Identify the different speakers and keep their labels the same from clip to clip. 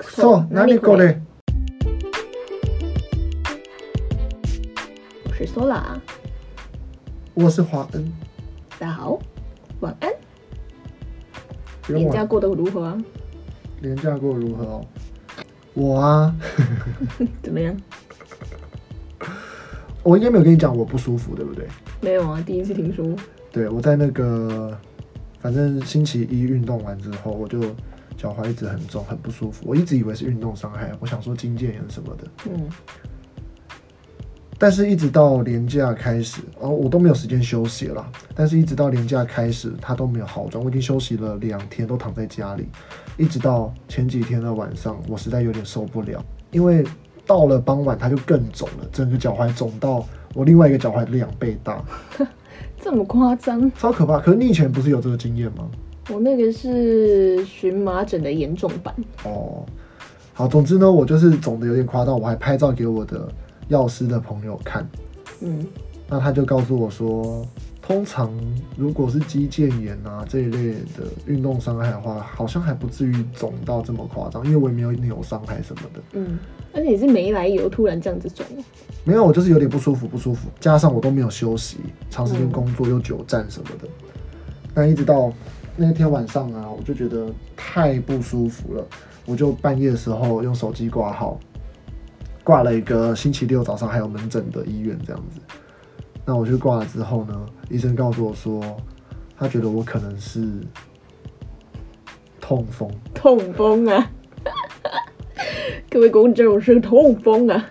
Speaker 1: そう、何これ
Speaker 2: 我是 Sola，
Speaker 1: 我是华恩，
Speaker 2: 大家好，晚安。
Speaker 1: 不用
Speaker 2: 年假
Speaker 1: 管
Speaker 2: 过得如何啊？
Speaker 1: 廉价过如何哦？我啊，
Speaker 2: 怎么样？
Speaker 1: 我应该没有跟你讲我不舒服，对不对？
Speaker 2: 没有啊，第一次听说。
Speaker 1: 对，我在那个，反正星期一运动完之后，我就脚踝一直很重，很不舒服。我一直以为是运动伤害，我想说筋腱炎什么的，
Speaker 2: 嗯，
Speaker 1: 但是一直到年假开始，哦，我都没有时间休息了啦。但是一直到年假开始，它都没有好转。我已经休息了两天，都躺在家里，一直到前几天的晚上，我实在有点受不了，因为到了傍晚它就更肿了，整个脚踝肿到我另外一个脚踝的两倍大，
Speaker 2: 这么夸张？
Speaker 1: 超可怕。可是你以前不是有这个经验吗？
Speaker 2: 我那个是荨麻疹的严重版。
Speaker 1: 哦，好，总之呢，我就是肿的有点夸张，我还拍照给我的药师的朋友看，
Speaker 2: 嗯，
Speaker 1: 那他就告诉我说，通常如果是肌腱炎啊这一类的运动伤害的话，好像还不至于肿到这么夸张，因为我也没有扭伤害什么的。
Speaker 2: 嗯，而且你是没来由突然这样子肿哦，
Speaker 1: 没有，我就是有点不舒服，不舒服，加上我都没有休息，长时间工作又久站什么的，那一直到那天晚上啊，我就觉得太不舒服了，我就半夜的时候用手机挂号，挂了一个星期六早上还有门诊的医院这样子。那我去挂了之后呢，医生告诉我说，他觉得我可能是痛风，
Speaker 2: 痛风啊！ 各位公众，我是痛风啊！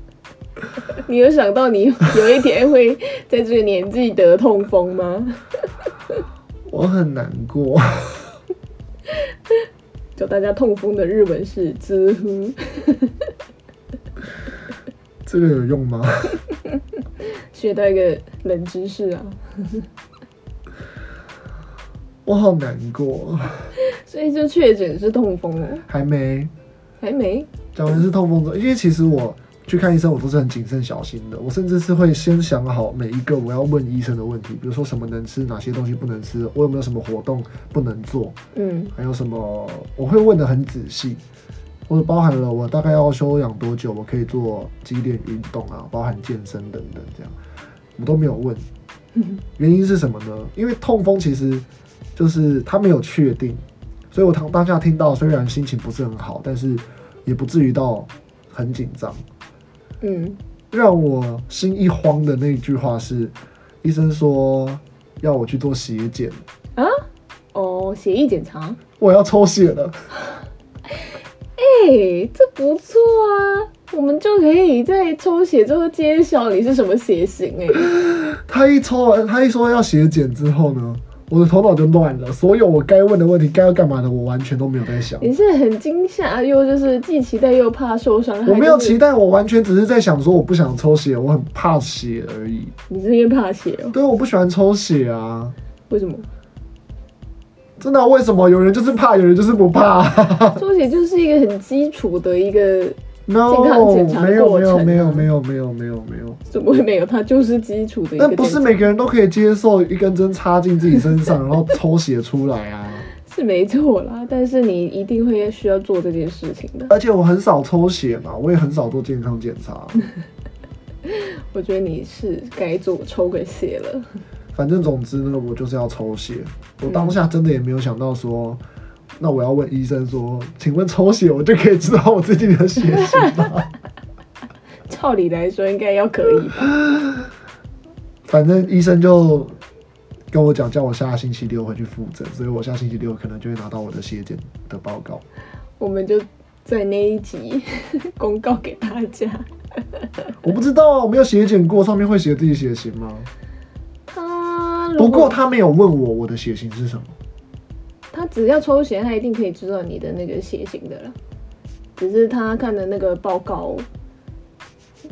Speaker 2: 你有想到你有一天会在这个年纪得痛风吗？
Speaker 1: 我很难过。
Speaker 2: 教大家痛风的日文是滋呼，
Speaker 1: 这个有用吗？
Speaker 2: 学到一个冷知识啊！
Speaker 1: 我好难过，
Speaker 2: 所以就确诊是痛风哦，
Speaker 1: 还没。
Speaker 2: 还没
Speaker 1: 讲的是痛风症，因为其实我去看医生，我都是很谨慎小心的。我甚至是会先想好每一个我要问医生的问题，比如说什么能吃，哪些东西不能吃，我有没有什么活动不能做，
Speaker 2: 嗯
Speaker 1: 还有什么我会问的很仔细，或者包含了我大概要休养多久，我可以做激烈运动啊，包含健身等等这样，我都没有问。原因是什么呢？因为痛风其实就是它没有确定，所以我当当下听到，虽然心情不是很好，但是也不至于到很紧张。
Speaker 2: 嗯，
Speaker 1: 让我心一慌的那一句话是，医生说要我去做血检，
Speaker 2: 啊哦，血液检查，
Speaker 1: 我要抽血了。
Speaker 2: 哎、这不错啊，我们就可以在抽血之后揭晓你是什么血型 哎、
Speaker 1: 他一抽完，他一说要血检之后呢，我的头脑就乱了，所有我该问的问题、该要干嘛的，我完全都没有在想。
Speaker 2: 你是很惊吓，又就是既期待又怕受伤害。
Speaker 1: 我没有
Speaker 2: 就是
Speaker 1: 期待，我完全只是在想说我不想抽血，我很怕血而已。
Speaker 2: 你是因为怕血哦、
Speaker 1: 对，我不喜欢抽血啊，
Speaker 2: 为什么？
Speaker 1: 真的啊、为什么有人就是怕，有人就是不怕
Speaker 2: 抽血就是一个很基础的一个，
Speaker 1: ？No，
Speaker 2: 健康检查
Speaker 1: 没有没有
Speaker 2: 过程啊
Speaker 1: 没有没有没有没有没有，
Speaker 2: 怎么会没有？它就是基础的一个
Speaker 1: 但
Speaker 2: 检查。
Speaker 1: 不是每个人都可以接受一根针插进自己身 上，然后抽血出来啊。
Speaker 2: 是没错啦，但是你一定会需要做这件事情的。
Speaker 1: 而且我很少抽血嘛，我也很少做健康检查。
Speaker 2: 我觉得你是该做抽个血了。
Speaker 1: 反正总之呢，我就是要抽血。我当下真的也没有想到说，那我要问医生说，请问抽血我就可以知道我自己的血型吗？
Speaker 2: 照理来说应该要可以吧？
Speaker 1: 反正医生就跟我讲，叫我下星期六回去复诊，所以我下星期六可能就会拿到我的血检的报告。
Speaker 2: 我们就在那一集 公告给大家。
Speaker 1: 我不知道啊，我没有血检过，上面会写自己血型吗？
Speaker 2: 他如
Speaker 1: 不过
Speaker 2: 果
Speaker 1: 他没有问我我的血型是什么。
Speaker 2: 他只要抽血，他一定可以知道你的那个血型的了。只是他看的那个报告，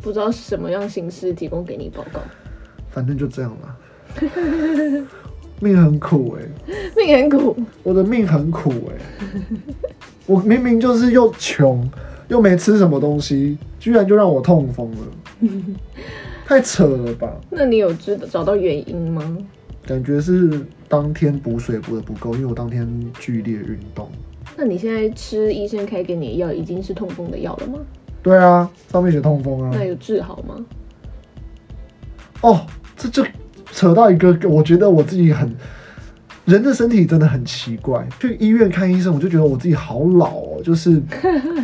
Speaker 2: 不知道是什么样形式提供给你报告。
Speaker 1: 反正就这样啦。命很苦哎、
Speaker 2: 命很苦，
Speaker 1: 我的命很苦哎、 我明明就是又穷又没吃什么东西，居然就让我痛风了，太扯了吧？
Speaker 2: 那你有知道找到原因吗？
Speaker 1: 感觉是当天补水补的不够，因为我当天剧烈运动，
Speaker 2: 那你现在吃医生开给你的药已经是痛风的药了吗？
Speaker 1: 对啊，上面写痛风啊
Speaker 2: 那。有治好吗？
Speaker 1: 哦，这就扯到一个，我觉得我自己很，人的身体真的很奇怪。去医院看医生，我就觉得我自己好老哦，就是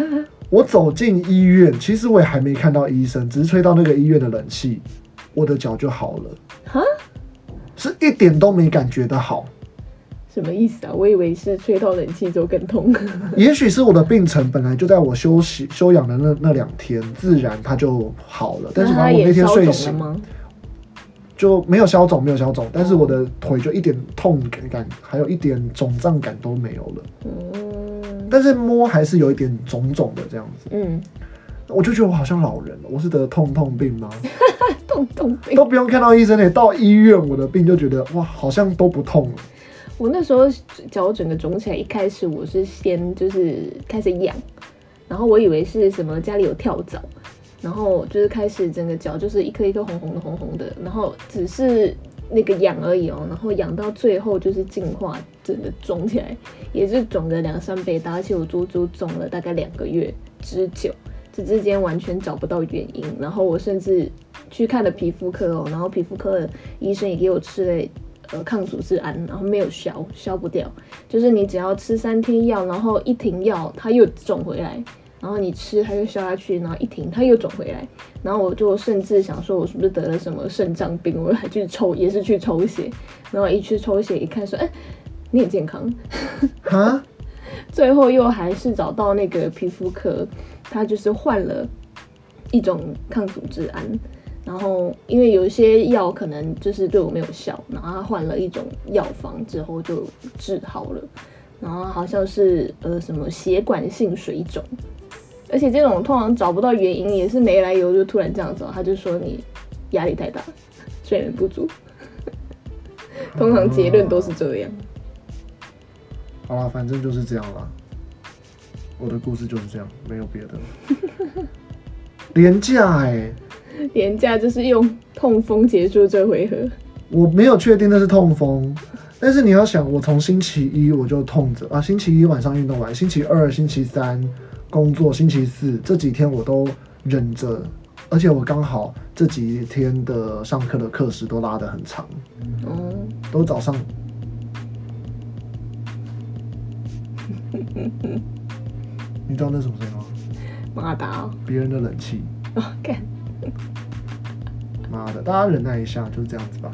Speaker 1: 我走进医院，其实我也还没看到医生，只是吹到那个医院的冷气，我的脚就好了，
Speaker 2: 哈？
Speaker 1: 是一点都没感觉的好。
Speaker 2: 什么意思啊？我以为是吹到冷气之后更痛。
Speaker 1: 也许是我的病程本来就在我休息休养的那那两天，自然它就好了。但是
Speaker 2: 那
Speaker 1: 反
Speaker 2: 他
Speaker 1: 正我那
Speaker 2: 也
Speaker 1: 天
Speaker 2: 消
Speaker 1: 睡
Speaker 2: 肿了
Speaker 1: 醒
Speaker 2: 吗？
Speaker 1: 就没有消肿，没有消肿，但是我的腿就一点痛感，还有一点肿胀感都没有了。
Speaker 2: 嗯
Speaker 1: 但是摸还是有一点肿肿的这样子，
Speaker 2: 嗯，
Speaker 1: 我就觉得我好像老人了，我是得痛痛病吗？
Speaker 2: 痛痛病。
Speaker 1: 都不用看到医生嘞、到医院我的病就觉得哇，好像都不痛了。
Speaker 2: 我那时候脚整个肿起来，一开始我是先就是开始痒，然后我以为是什么家里有跳蚤，然后就是开始整个脚就是一颗一颗红红的红红的，然后只是那个痒而已哦，然后痒到最后就是进化，整个肿起来，也是肿个两三倍大，而且我足足肿了大概两个月之久。这之间完全找不到原因，然后我甚至去看了皮肤科哦，然后皮肤科的医生也给我吃了呃抗组织胺，然后没有消消不掉，就是你只要吃三天药，然后一停药它又肿回来，然后你吃它又消下去，然后一停它又肿回来，然后我就甚至想说我是不是得了什么肾脏病，我还去抽也是去抽血，然后一去抽血一看说，哎，你很健康，
Speaker 1: 哈，
Speaker 2: 最后又还是找到那个皮肤科，他就是换了一种抗组织胺，然后因为有一些药可能就是对我没有效，然后他换了一种药方之后就治好了，然后好像是呃什么血管性水肿，而且这种通常找不到原因，也是没来由就突然这样子哦，他就说你压力太大，睡眠不足， 通常结论都是这样。
Speaker 1: 好啦，反正就是这样啦。我的故事就是这样，没有别的了。廉价哎、
Speaker 2: 廉价就是用痛风结束这回合。
Speaker 1: 我没有确定那是痛风，但是你要想，我从星期一我就痛着啊，星期一晚上运动完，星期二、星期三工作，星期四这几天我都忍着，而且我刚好这几天的上课的课时都拉得很长，嗯
Speaker 2: 哦，
Speaker 1: 都早上。你知道那是什么声音吗？
Speaker 2: 马达哦，
Speaker 1: 别人的冷气。
Speaker 2: 哦干，
Speaker 1: 妈的，大家忍耐一下，就这样子吧。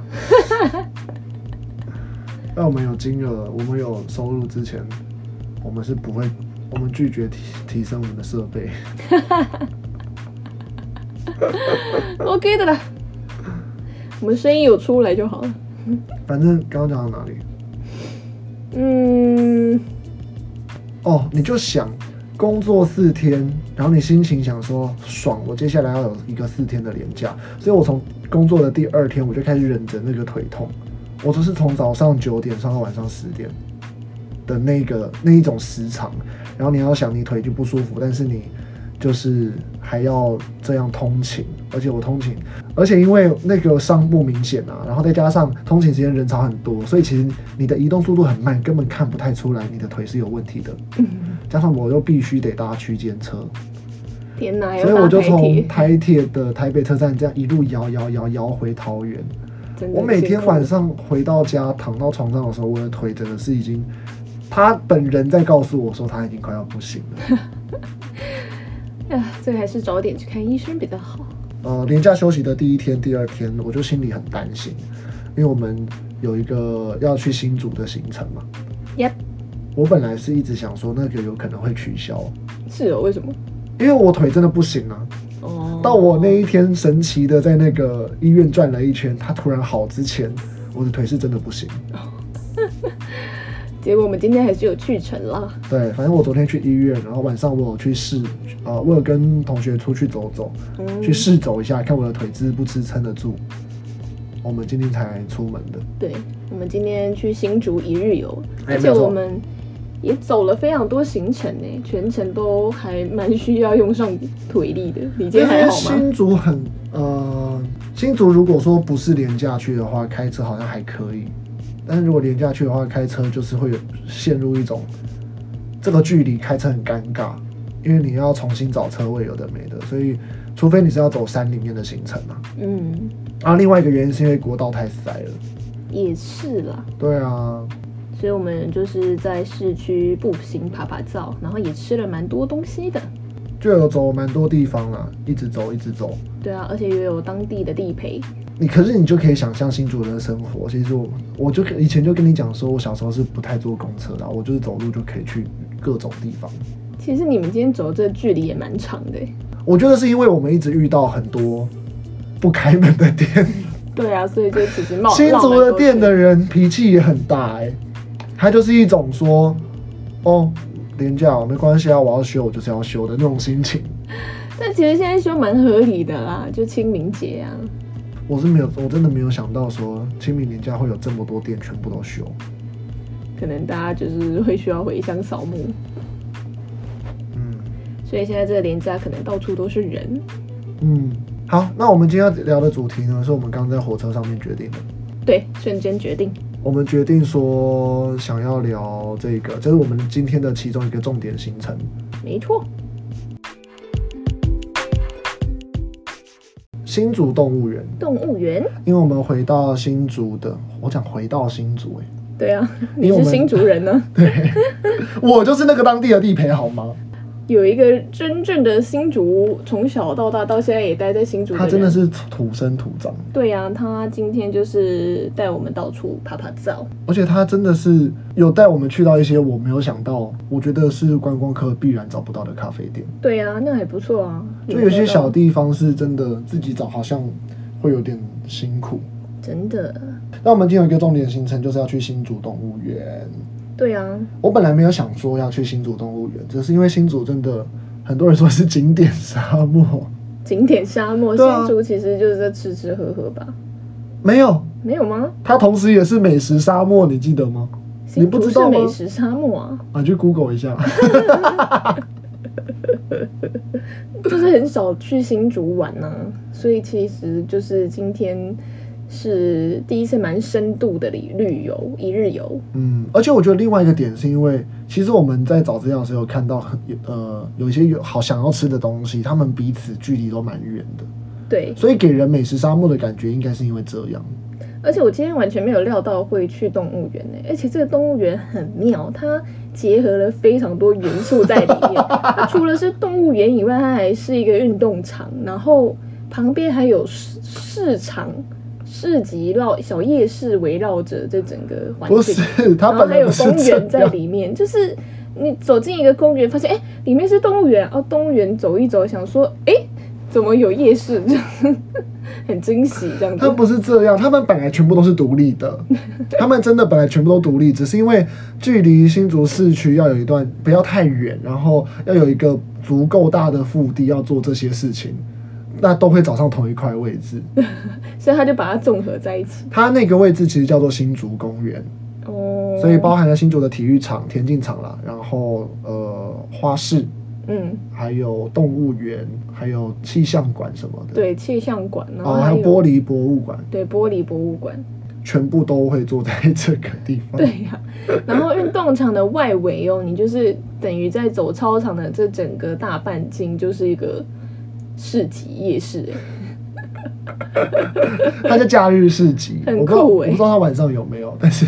Speaker 1: 在我们有金额、我们有收入之前，我们是不会，我们拒绝提提升我们的设备。
Speaker 2: OK 的啦。我们声音有出来就好了。
Speaker 1: 反正刚刚讲到哪里？
Speaker 2: 嗯，
Speaker 1: 哦，你就想工作四天，然后你心情想说爽，我接下来要有一个四天的连假，所以我从工作的第二天我就开始忍着那个腿痛，我就是从早上九点上到晚上十点的那个那一种时长，然后你要想你腿就不舒服，但是你就是还要这样通勤，而且我通勤，而且因为那个伤不明显啊，然后再加上通勤时间人潮很多，所以其实你的移动速度很慢，根本看不太出来你的腿是有问题的。加上我又必须得搭区间车，
Speaker 2: 天哪，
Speaker 1: 所以我
Speaker 2: 要哎搭
Speaker 1: 就
Speaker 2: 台
Speaker 1: 从
Speaker 2: 铁，
Speaker 1: 台铁的台北车站这样一路摇摇摇摇回桃园。
Speaker 2: 真的
Speaker 1: 我每天晚
Speaker 2: 辛
Speaker 1: 上回到家躺到床上的时候，我的腿真的是已经，他本人在告诉我说他已经快要不行了。
Speaker 2: 苦啊，这还是早点去看医生比较好。
Speaker 1: 呃，连假休息的第一天、第二天，我就心里很担心，因为我们有一个要去新竹的行程嘛。
Speaker 2: Yep，
Speaker 1: 我本来是一直想说那个有可能会取消，
Speaker 2: 是哦，为什么？
Speaker 1: 因为我腿真的不行啊。
Speaker 2: 哦，
Speaker 1: 到我那一天神奇的在那个医院转了一圈，他突然好之前，我的腿是真的不行。
Speaker 2: 结果我们今天还是有去成啦。
Speaker 1: 对，反正我昨天去医院，然后晚上我有去试，呃，我有跟同学出去走走，
Speaker 2: 嗯，
Speaker 1: 去试走一下，看我的腿支不支撑得住。我们今天才出门的，
Speaker 2: 对，我们今天去新竹一日游，
Speaker 1: 哎
Speaker 2: 而且
Speaker 1: 没错
Speaker 2: 我们也走了非常多行程呢，全程都还蛮需要用上腿 力的。你今天还好吗？
Speaker 1: 新竹很，呃，新竹如果说不是廉价去的话，开车好像还可以，但是如果廉价去的话，开车就是会有陷入一种这个距离开车很尴尬，因为你要重新找车位，有的没的，所以除非你是要走山里面的行程嘛。
Speaker 2: 嗯，
Speaker 1: 啊，另外一个原因是因为国道太塞了。
Speaker 2: 也是啦。
Speaker 1: 对啊，
Speaker 2: 所以我们就是在市区步行爬爬照，然后也吃了蛮多东西的。
Speaker 1: 就有走蛮多地方啦，一直走一直走。
Speaker 2: 对啊，而且也有当地的地陪。
Speaker 1: 你可是你就可以想象新竹人的生活。其实我我就以前就跟你讲说，我小时候是不太坐公车的，我就是走路就可以去各种地方。
Speaker 2: 其实你们今天走的这个距离也蛮长的欸。
Speaker 1: 我觉得是因为我们一直遇到很多不开门的店，
Speaker 2: 对啊，所以就其实 冒
Speaker 1: 新竹的店的
Speaker 2: 人，
Speaker 1: 人脾气也很大哎、他就是一种说，哦，廉价哦没关系啊，我要修我就是要修的那种心情。
Speaker 2: 但其实现在说蛮合理的啦，就清明节啊。
Speaker 1: 我是没有，我真的没有想到说清明年假会有这么多店全部都修。
Speaker 2: 可能大家就是会需要回乡扫墓，
Speaker 1: 嗯
Speaker 2: 所以现在这个连假可能到处都是人。
Speaker 1: 嗯，好，那我们今天要聊的主题呢，是我们刚刚在火车上面决定的。
Speaker 2: 对，瞬间决定。
Speaker 1: 我们决定说想要聊这个，这是我们今天的其中一个重点行程。
Speaker 2: 没错，
Speaker 1: 新竹动物园，
Speaker 2: 动物园。
Speaker 1: 因为我们回到新竹的，我讲回到新竹、欸，
Speaker 2: 对 啊，
Speaker 1: 因为
Speaker 2: 你
Speaker 1: 我
Speaker 2: 是
Speaker 1: 们
Speaker 2: 新竹人呢、
Speaker 1: 我就是那个当地的地陪，好吗？
Speaker 2: 有一个真正的新竹，从小到大到现在也待在新竹
Speaker 1: 他
Speaker 2: 人
Speaker 1: 真的是土生土长，
Speaker 2: 对呀、他今天就是带我们到处拍拍照。
Speaker 1: 而且他真的是有带我们去到一些我没有想到，我觉得是观光客必然找不到的咖啡店，
Speaker 2: 对呀、那还不错啊。
Speaker 1: 就有些小
Speaker 2: 地，
Speaker 1: 地方是真的自己找好像会有点辛苦。
Speaker 2: 真的，
Speaker 1: 那我们今天有一个重点行程，就是要去新竹动物园。
Speaker 2: 对啊，
Speaker 1: 我本来没有想说要去新竹动物园，只是因为新竹真的很多人说是景点沙漠，
Speaker 2: 景点沙漠，
Speaker 1: 对啊
Speaker 2: 新竹其实就是在吃吃喝喝吧？
Speaker 1: 没有，
Speaker 2: 没有吗？
Speaker 1: 它同时也是美食沙漠，你记得吗？你
Speaker 2: 新
Speaker 1: 不
Speaker 2: 竹
Speaker 1: 知
Speaker 2: 是
Speaker 1: 道吗
Speaker 2: 美食沙漠啊，
Speaker 1: 啊，去 Google 一下。
Speaker 2: 就是很少去新竹玩呐、所以其实就是今天是第一次蛮深度的旅旅游，一日游。
Speaker 1: 嗯，而且我觉得另外一个点是因为，其实我们在找资料的时候有看到很，呃，有一些有好想要吃的东西，他们彼此距离都蛮远的，
Speaker 2: 对，
Speaker 1: 所以给人美食沙漠的感觉应该是因为这样。
Speaker 2: 而且我今天完全没有料到会去动物园呢、而且这个动物园很妙，它结合了非常多元素在里面。 它除了是动物园以外，它还是一个运动场，然后旁边还有市市场、市集绕小夜市围绕着这整个环
Speaker 1: 不
Speaker 2: 境，
Speaker 1: 是，它
Speaker 2: 然后
Speaker 1: 本
Speaker 2: 还
Speaker 1: 来
Speaker 2: 有
Speaker 1: 不是
Speaker 2: 公
Speaker 1: 这
Speaker 2: 园在
Speaker 1: 样。
Speaker 2: 里面，就是。你走进一个公园，发现哎、里面是动物园哦。动物园走一走，想说哎、怎么有夜市？这样 很惊喜这样子。
Speaker 1: 它不是这样，他们本来全部都是独立 的，他们真的本来全部都独立，只是因为距离新竹市区要有一段不要太远，然后要有一个足够大的腹地要做这些事情，那都会找上同一块位 置。
Speaker 2: 所以他就把它综合在一起。
Speaker 1: 它那个位置其实叫做新竹公园，
Speaker 2: 哦，
Speaker 1: 所以包含了新竹的体育场、田径场啦，然后呃花市，
Speaker 2: 嗯，
Speaker 1: 还有动物园，还有气象馆什么的，
Speaker 2: 对，气象馆，然后
Speaker 1: 哦，还有
Speaker 2: 有
Speaker 1: 玻，璃博物馆，
Speaker 2: 对，玻璃博物馆，
Speaker 1: 全部都会坐在这个地方。
Speaker 2: 对呀、然后运动场的外围哦，你就是等于在走操场的这整个大半径就是一个市集夜市，哎
Speaker 1: 它叫假日市集，
Speaker 2: 很
Speaker 1: 我不知道
Speaker 2: 酷
Speaker 1: 我
Speaker 2: 欸
Speaker 1: 不知道它晚上有没有，但是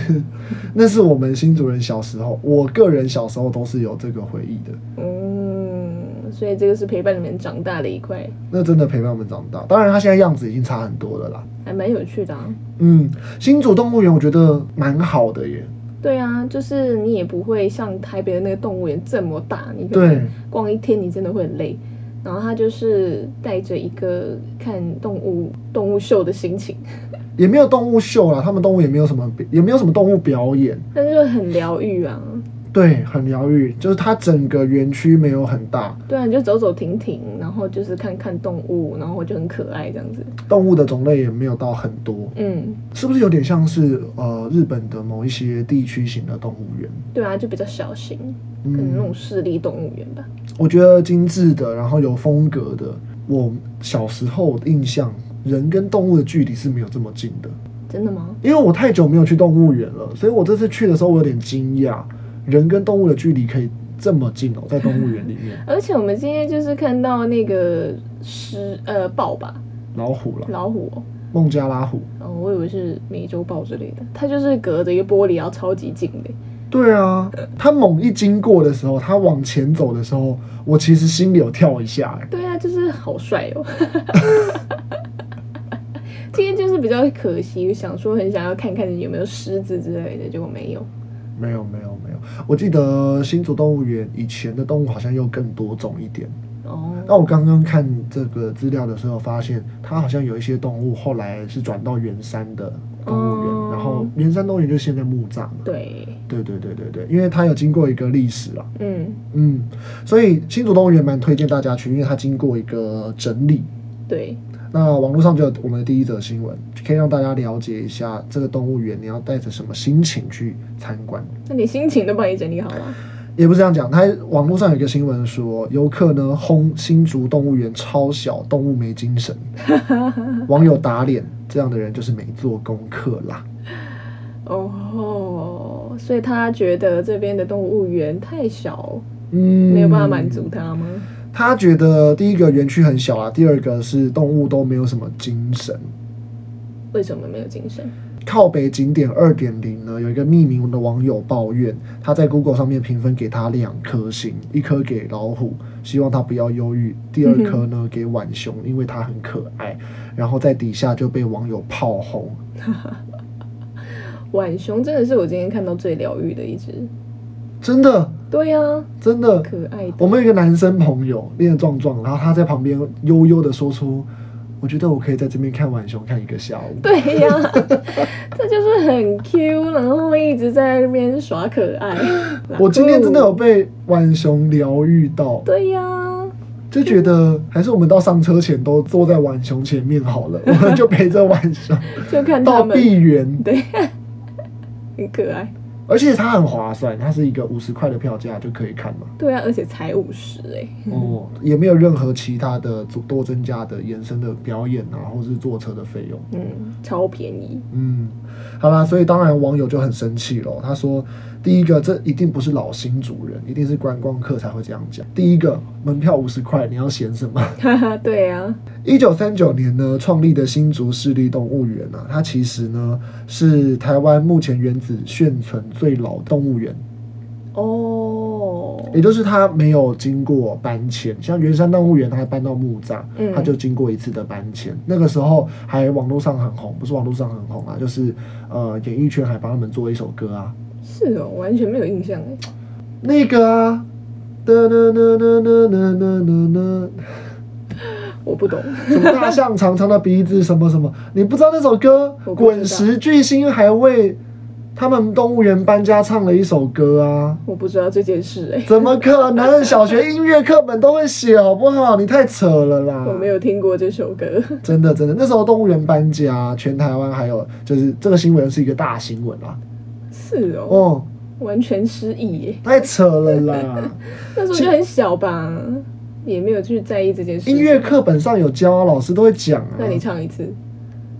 Speaker 1: 那是我们新竹人小时候，我个人小时候都是有这个回忆的。
Speaker 2: 嗯，所以这个是陪伴你们长大的一块，
Speaker 1: 那真的陪伴我们长大，当然它现在样子已经差很多了啦。
Speaker 2: 还蛮有趣的、啊。
Speaker 1: 嗯，新竹动物园我觉得蛮好的耶。
Speaker 2: 对啊，就是你也不会像台北的那个动物园这么大，你可能
Speaker 1: 对，
Speaker 2: 逛一天你真的会很累。然后他就是带着一个看动物动物秀的心情，
Speaker 1: 也没有动物秀啦，他们动物也没有什么，也没有什么动物表演。
Speaker 2: 但是就很疗愈啊。
Speaker 1: 对，很疗愈，就是它整个园区没有很大，
Speaker 2: 对啊，你就走走停停，然后就是看看动物，然后就很可爱这样子。
Speaker 1: 动物的种类也没有到很多，
Speaker 2: 嗯，
Speaker 1: 是不是有点像是呃日本的某一些地区型的动物园？
Speaker 2: 对啊，就比较小型，可能
Speaker 1: 嗯，
Speaker 2: 那种市立动物园吧。
Speaker 1: 我觉得精致的，然后有风格的，我小时候印象。人跟动物的距离是没有这么近的，
Speaker 2: 真的吗？
Speaker 1: 因为我太久没有去动物园了，所以我这次去的时候我有点惊讶，人跟动物的距离可以这么近哦，在动物园里面，
Speaker 2: 而且我们今天就是看到那个狮呃豹吧，
Speaker 1: 老虎了，
Speaker 2: 老虎哦，
Speaker 1: 孟加拉虎。
Speaker 2: 哦我以为是美洲豹之类的，它就是隔着一个玻璃，然后超级近的。
Speaker 1: 对啊，它猛一经过的时候，它往前走的时候，我其实心里有跳一下、欸，
Speaker 2: 对啊，就是好帅哦。 今天就是比较可惜，想说很想要看看有没有狮子之类的，结果没有。
Speaker 1: 没有没有没有，我记得新竹动物园以前的动物好像又更多种一点。那
Speaker 2: 哦，
Speaker 1: 我刚刚看这个资料的时候，发现它好像有一些动物后来是转到圆山的动物园，
Speaker 2: 哦
Speaker 1: 然后圆山动物园就是现在木栅嘛。
Speaker 2: 对，
Speaker 1: 对对对对对，因为它有经过一个历史啊，
Speaker 2: 嗯，
Speaker 1: 嗯，所以新竹动物园蛮推荐大家去，因为它经过一个整理。
Speaker 2: 对，
Speaker 1: 那网络上就有我们的第一则新闻，可以让大家了解一下这个动物园，你要带着什么心情去参观。
Speaker 2: 那你心情都帮你整理好了。
Speaker 1: 也不是这样讲，它网络上有一个新闻说，游客呢轰新竹动物园超小，动物没精 神，网友打脸，这样的人就是没做功课啦。
Speaker 2: 哦吼，所以他觉得这边的动物园太小，
Speaker 1: 嗯，
Speaker 2: 没有办法满足。他吗？
Speaker 1: 他觉得第一个园区很小啊，第二个是动物都没有什么精神。
Speaker 2: 为什么没有精神？
Speaker 1: 靠北景点二点零呢，有一个匿名的网友抱怨，他在 Google 上面评分给他两颗星，一颗给老虎，希望他不要忧郁；第二颗呢给浣熊，因为它很可爱。然后在底下就被网友炮轰，
Speaker 2: 浣熊真的是我今天看到最疗愈的一只。
Speaker 1: 真的
Speaker 2: 对啊，
Speaker 1: 真的。
Speaker 2: 可爱的。
Speaker 1: 我们有一个男生朋友练得壮壮，然后他在旁边悠悠的说出：“我觉得我可以在这边看浣熊看一个下午。”
Speaker 2: 对呀、这就是很 Q，然后一直在那边耍可爱。
Speaker 1: 我今天真的有被浣熊疗愈到，
Speaker 2: 对呀、
Speaker 1: 就觉得还是我们到上车前都坐在浣熊前面好了，我们就陪着浣熊
Speaker 2: 就看他
Speaker 1: 到
Speaker 2: 们，
Speaker 1: 闭园，
Speaker 2: 对，很可爱。
Speaker 1: 而且它很划算，它是一个五十块的票价就可以看嘛，
Speaker 2: 对啊，而且才五十哎，
Speaker 1: 哦，也没有任何其他的多增加的延伸的表演啊，或是坐车的费用。
Speaker 2: 嗯，超便宜。
Speaker 1: 嗯，好啦，所以当然网友就很生气咯。他说，第一个，这一定不是老新主人，一定是观光客才会这样讲。第一个，门票五十块，你要嫌什么？
Speaker 2: 哈哈，对啊，
Speaker 1: 一九三九年呢，创立的新竹市立动物园啊，它其实呢是台湾目前原址现存最老动物园，
Speaker 2: 哦，
Speaker 1: 也就是它没有经过搬迁。像圆山动物园，它搬到木栅，
Speaker 2: 嗯
Speaker 1: 它就经过一次的搬迁。那个时候还网络上很红，不是网络上很红啊，就是呃演艺圈还帮他们做一首歌啊，
Speaker 2: 是哦，完全没有印象哎。
Speaker 1: 那个啊，哒哒哒哒哒哒哒哒哒。
Speaker 2: 我不懂，
Speaker 1: 什么大象长长的鼻子，什么什么，你不知道那首歌
Speaker 2: 我不知道
Speaker 1: 《滚石巨星》还为他们动物园搬家唱了一首歌啊？
Speaker 2: 我不知道这件事哎，
Speaker 1: 怎么可能？小学音乐课本都会写，好不好？你太扯了啦！
Speaker 2: 我没有听过这首歌。
Speaker 1: 真的真的，那时候动物园搬家，全台湾还有就是这个新闻是一个大新闻啊！
Speaker 2: 是哦，
Speaker 1: 哦，
Speaker 2: 完全失忆哎，
Speaker 1: 太扯了 啦！
Speaker 2: 那时候就很小吧，也没有去在意这件事。
Speaker 1: 音乐，课本上有教啊，老师都会讲啊。
Speaker 2: 那你唱一次。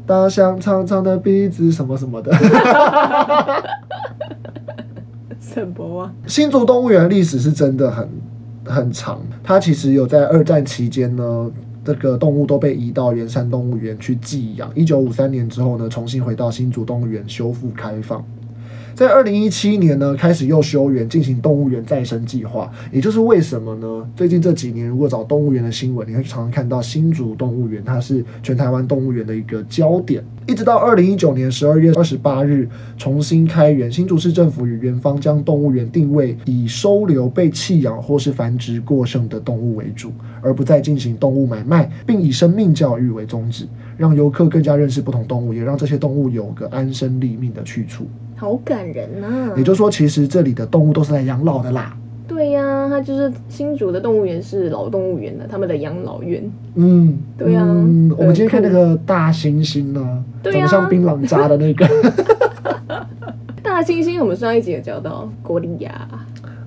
Speaker 1: 大象长长的鼻子，什么什么的。
Speaker 2: 什么啊？
Speaker 1: 新竹动物园的历史是真的很很长，它其实有在二战期间呢，这个动物都被移到圆山动物园去寄养。一九五三年之后呢，重新回到新竹动物园修复开放。在二零一七年呢，开始又修园进行动物园再生计划，也就是为什么呢？最近这几年，如果找动物园的新闻，你会常常看到新竹动物园，它是全台湾动物园的一个焦点。一直到二零一九年十二月二十八日重新开园，新竹市政府与园方将动物园定位以收留被弃养或是繁殖过剩的动物为主，而不再进行动物买卖，并以生命教育为宗旨，让游客更加认识不同动物，也让这些动物有个安身立命的去处。
Speaker 2: 好感人呐、
Speaker 1: 也就是说，其实这里的动物都是来养老的啦。
Speaker 2: 对呀、它就是新竹的动物园是老动物园的，他们的养老院。
Speaker 1: 嗯，
Speaker 2: 对啊
Speaker 1: 嗯
Speaker 2: 很
Speaker 1: 我们今天看那个大猩猩呢，
Speaker 2: 对啊
Speaker 1: 长得像槟榔渣 的那个，
Speaker 2: 大猩猩我们上一集有教到，国利亚，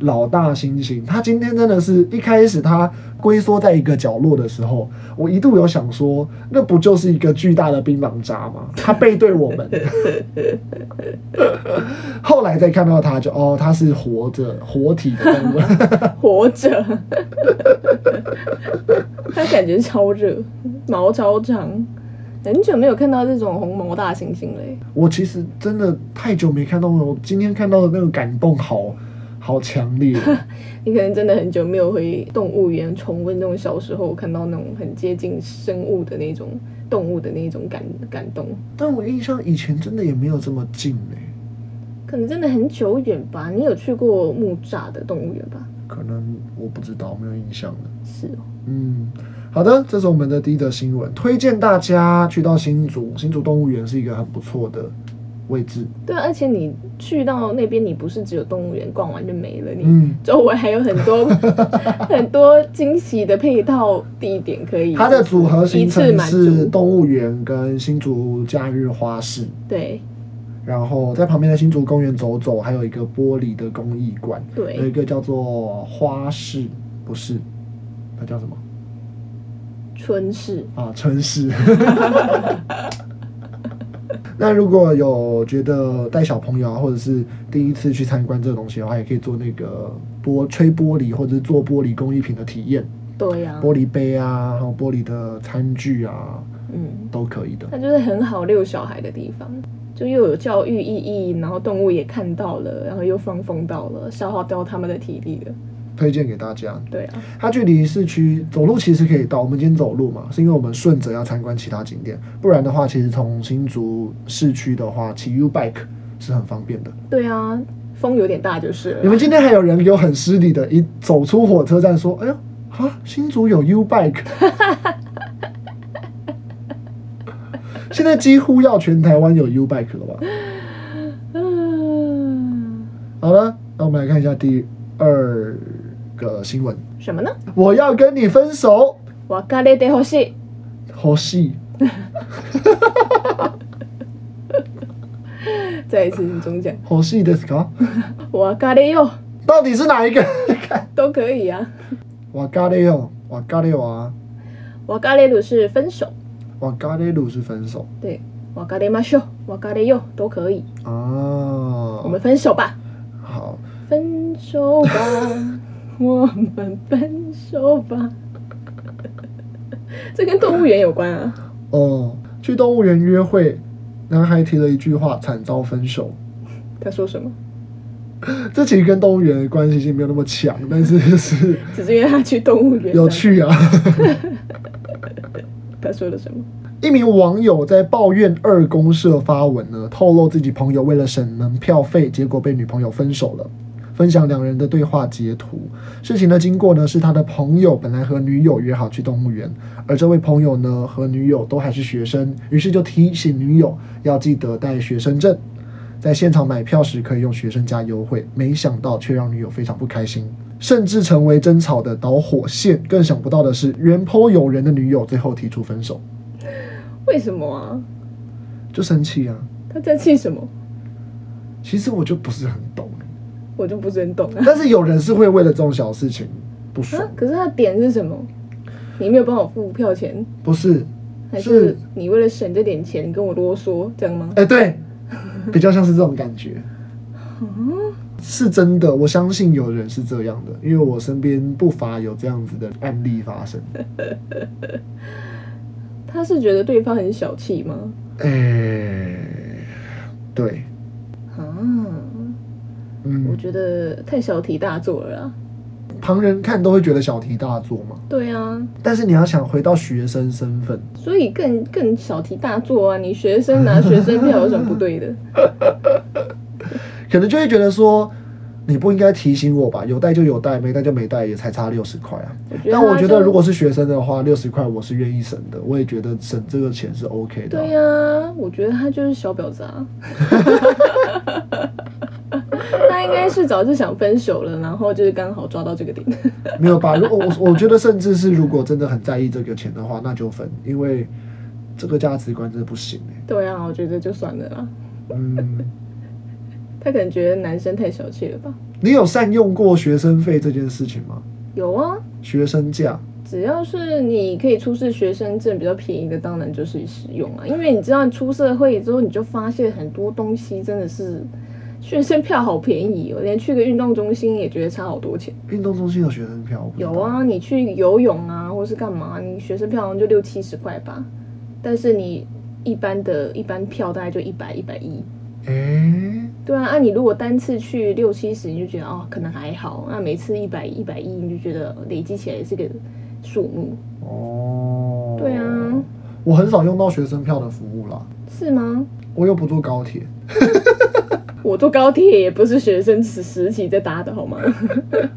Speaker 1: 老大猩猩，他今天真的是一开始他龟缩在一个角落的时候，我一度有想说，那不就是一个巨大的槟榔渣吗？他背对我 们。后来再看到他就哦，他是活着活体的动 物。
Speaker 2: 活着，它感觉超热，毛超长，很久没有看到这种红毛大猩猩嘞。
Speaker 1: 我其实真的太久没看到了，我今天看到的那个感动好好强烈哦。
Speaker 2: 你可能真的很久没有回动物园重温那种小时候看到那种很接近生物的那种动物的那种感感动，
Speaker 1: 但我印象以前真的也没有这么近哎、
Speaker 2: 可能真的很久远吧。你有去过木栅的动物园吧？
Speaker 1: 可能我不知道，没有印象了。
Speaker 2: 是哦，
Speaker 1: 嗯，好的，这是我们的第一则新闻，推荐大家去到新竹，新竹动物园是一个很不错的位置。
Speaker 2: 对啊，而且你去到那边，你不是只有动物园逛完就没了，你
Speaker 1: 嗯，
Speaker 2: 周围还有很多 很多惊喜的配套地点可以。
Speaker 1: 它的组合行
Speaker 2: 一次
Speaker 1: 程
Speaker 2: 满
Speaker 1: 是
Speaker 2: 足
Speaker 1: 动物园跟新竹假日花市，
Speaker 2: 对
Speaker 1: 然后在旁边的新竹公园走走，还有一个玻璃的工艺馆，有一
Speaker 2: 对，
Speaker 1: 个叫做花市，不是，它叫什么？
Speaker 2: 春市
Speaker 1: 啊，城市。那如果有觉得带小朋友啊，或者是第一次去参观这个东西的话，也可以做那个玻吹玻璃或者是做玻璃工艺品的体验，
Speaker 2: 对呀、啊，
Speaker 1: 玻璃杯啊，还有玻璃的餐具啊，
Speaker 2: 嗯，
Speaker 1: 都可以的。
Speaker 2: 它就是很好遛小孩的地方，就又有教育意义，然后动物也看到了，然后又放风到了，消耗掉他们的体力了。
Speaker 1: 推荐给大家。
Speaker 2: 对啊，
Speaker 1: 它距离市区走路其实可以到，我们今天走路嘛，是因为我们顺着要参观其他景点，不然的话，其实从新竹市区的话，骑 U bike 是很方便的。
Speaker 2: 对啊，风有点大就是
Speaker 1: 你
Speaker 2: 了。
Speaker 1: 们今天还有人有很失礼的，一走出火车站说：“哎呦，啊，新竹有 U Bike。” 现在几乎要全台湾有 U Bike 了吧？
Speaker 2: 嗯，
Speaker 1: 好了，那我们来看一下第二个新闻。
Speaker 2: 什么呢？
Speaker 1: 我要跟你分手，
Speaker 2: 我咖喱得好西，
Speaker 1: 好戏。
Speaker 2: 再一次你中奖，
Speaker 1: 好戏的 s
Speaker 2: 我咖喱哟
Speaker 1: 到底是哪一个？
Speaker 2: 都可以啊。
Speaker 1: 瓦嘎雷哦，瓦嘎雷瓦，
Speaker 2: 我咖喱鲁是分手。
Speaker 1: 瓦嘎雷鲁是分手
Speaker 2: 对，瓦嘎雷马秀，瓦嘎雷哟都可以，
Speaker 1: 啊
Speaker 2: 我。们分手吧，
Speaker 1: 好，
Speaker 2: 分手 吧，我们分手吧。 这跟动物园有关啊？
Speaker 1: 哦，去动物园约会，男孩提了一句话，惨遭分手。
Speaker 2: 他说什么？
Speaker 1: 这其实跟动物园的关系性没有那么强，但是就是
Speaker 2: 只是因为他去动物园。
Speaker 1: 有。趣啊。
Speaker 2: 他说了什么？
Speaker 1: 一名网友在抱怨二公社发文呢，透露自己朋友为了省门票费，结果被女朋友分手了。分享两人的对话截图。事情的经过呢，是他的朋友本来和女友约好去动物园，而这位朋友呢和女友都还是学生，于是就提醒女友要记得带学生证，在现场买票时可以用学生价优惠。没想到却让女友非常不开心，甚至成为争吵的导火线。更想不到的是，原颇友人的女友最后提出分手。
Speaker 2: 为什么啊？
Speaker 1: 就生气啊。
Speaker 2: 他在气什么？
Speaker 1: 其实我就不是很懂，
Speaker 2: 我就不是很懂啊。
Speaker 1: 但是有人是会为了这种小事情不
Speaker 2: 啊
Speaker 1: 爽，
Speaker 2: 可是他的点是什么？你没有帮我付票钱，
Speaker 1: 不是？
Speaker 2: 还
Speaker 1: 是
Speaker 2: 是你为了省这点钱跟我啰嗦，这样吗？
Speaker 1: 哎、对，比较像是这种感觉，
Speaker 2: 嗯，
Speaker 1: 是真的。我相信有人是这样的，因为我身边不乏有这样子的案例发生。
Speaker 2: 他是觉得对方很小气吗？
Speaker 1: 哎、对，
Speaker 2: 啊。我
Speaker 1: 嗯，
Speaker 2: 觉得太小题大做了啦。
Speaker 1: 旁人看都会觉得小题大做嘛。
Speaker 2: 对啊，
Speaker 1: 但是你要想回到学生身份，
Speaker 2: 所以更更小题大做啊！你学生 拿学生票有什么不对 的？
Speaker 1: 可能就会觉得说，你不应该提醒我吧？有带就有带，没带就没带，也才差六十块啊。但我觉
Speaker 2: 他
Speaker 1: 得
Speaker 2: 就
Speaker 1: 如果是学生的话，六十块我是愿意省的，我也觉得省这个钱是 OK 的啊、
Speaker 2: 对呀、啊，我觉得他就是小婊子 啊。他应该是早就想分手了，然后就是刚好抓到这个点。
Speaker 1: 没有吧？如果我我觉得甚至是如果真的很在意这个钱的话，那就分，因为这个价值观真的不行哎、
Speaker 2: 对啊，我觉得就算了啦。
Speaker 1: 嗯，
Speaker 2: 他可能觉得男生太小气了吧？
Speaker 1: 你有善用过学生费这件事情吗？
Speaker 2: 有啊，
Speaker 1: 学生价，
Speaker 2: 只要是你可以出示学生证比较便宜的，当然就是使用啊。因为你知道，你出社会之后，你就发现很多东西真的是学生票好便宜哦，连去个运动中心也觉得差好多钱。
Speaker 1: 运动中心有学生票？我不知道
Speaker 2: 有，啊，你去游泳啊，或是干嘛，你学生票好像就六七十块吧，但是你一般的一般票大概就一百一百一。
Speaker 1: 哎、
Speaker 2: 对啊，那、你如果单次去六七十，你就觉得哦，可能还好。那每次一百一百一，你就觉得累积起来也是个数目。
Speaker 1: 哦，
Speaker 2: 对啊，
Speaker 1: 我很少用到学生票的服务啦，
Speaker 2: 是吗？
Speaker 1: 我又不坐高铁，
Speaker 2: 我坐高铁也不是学生时时期在搭的好吗？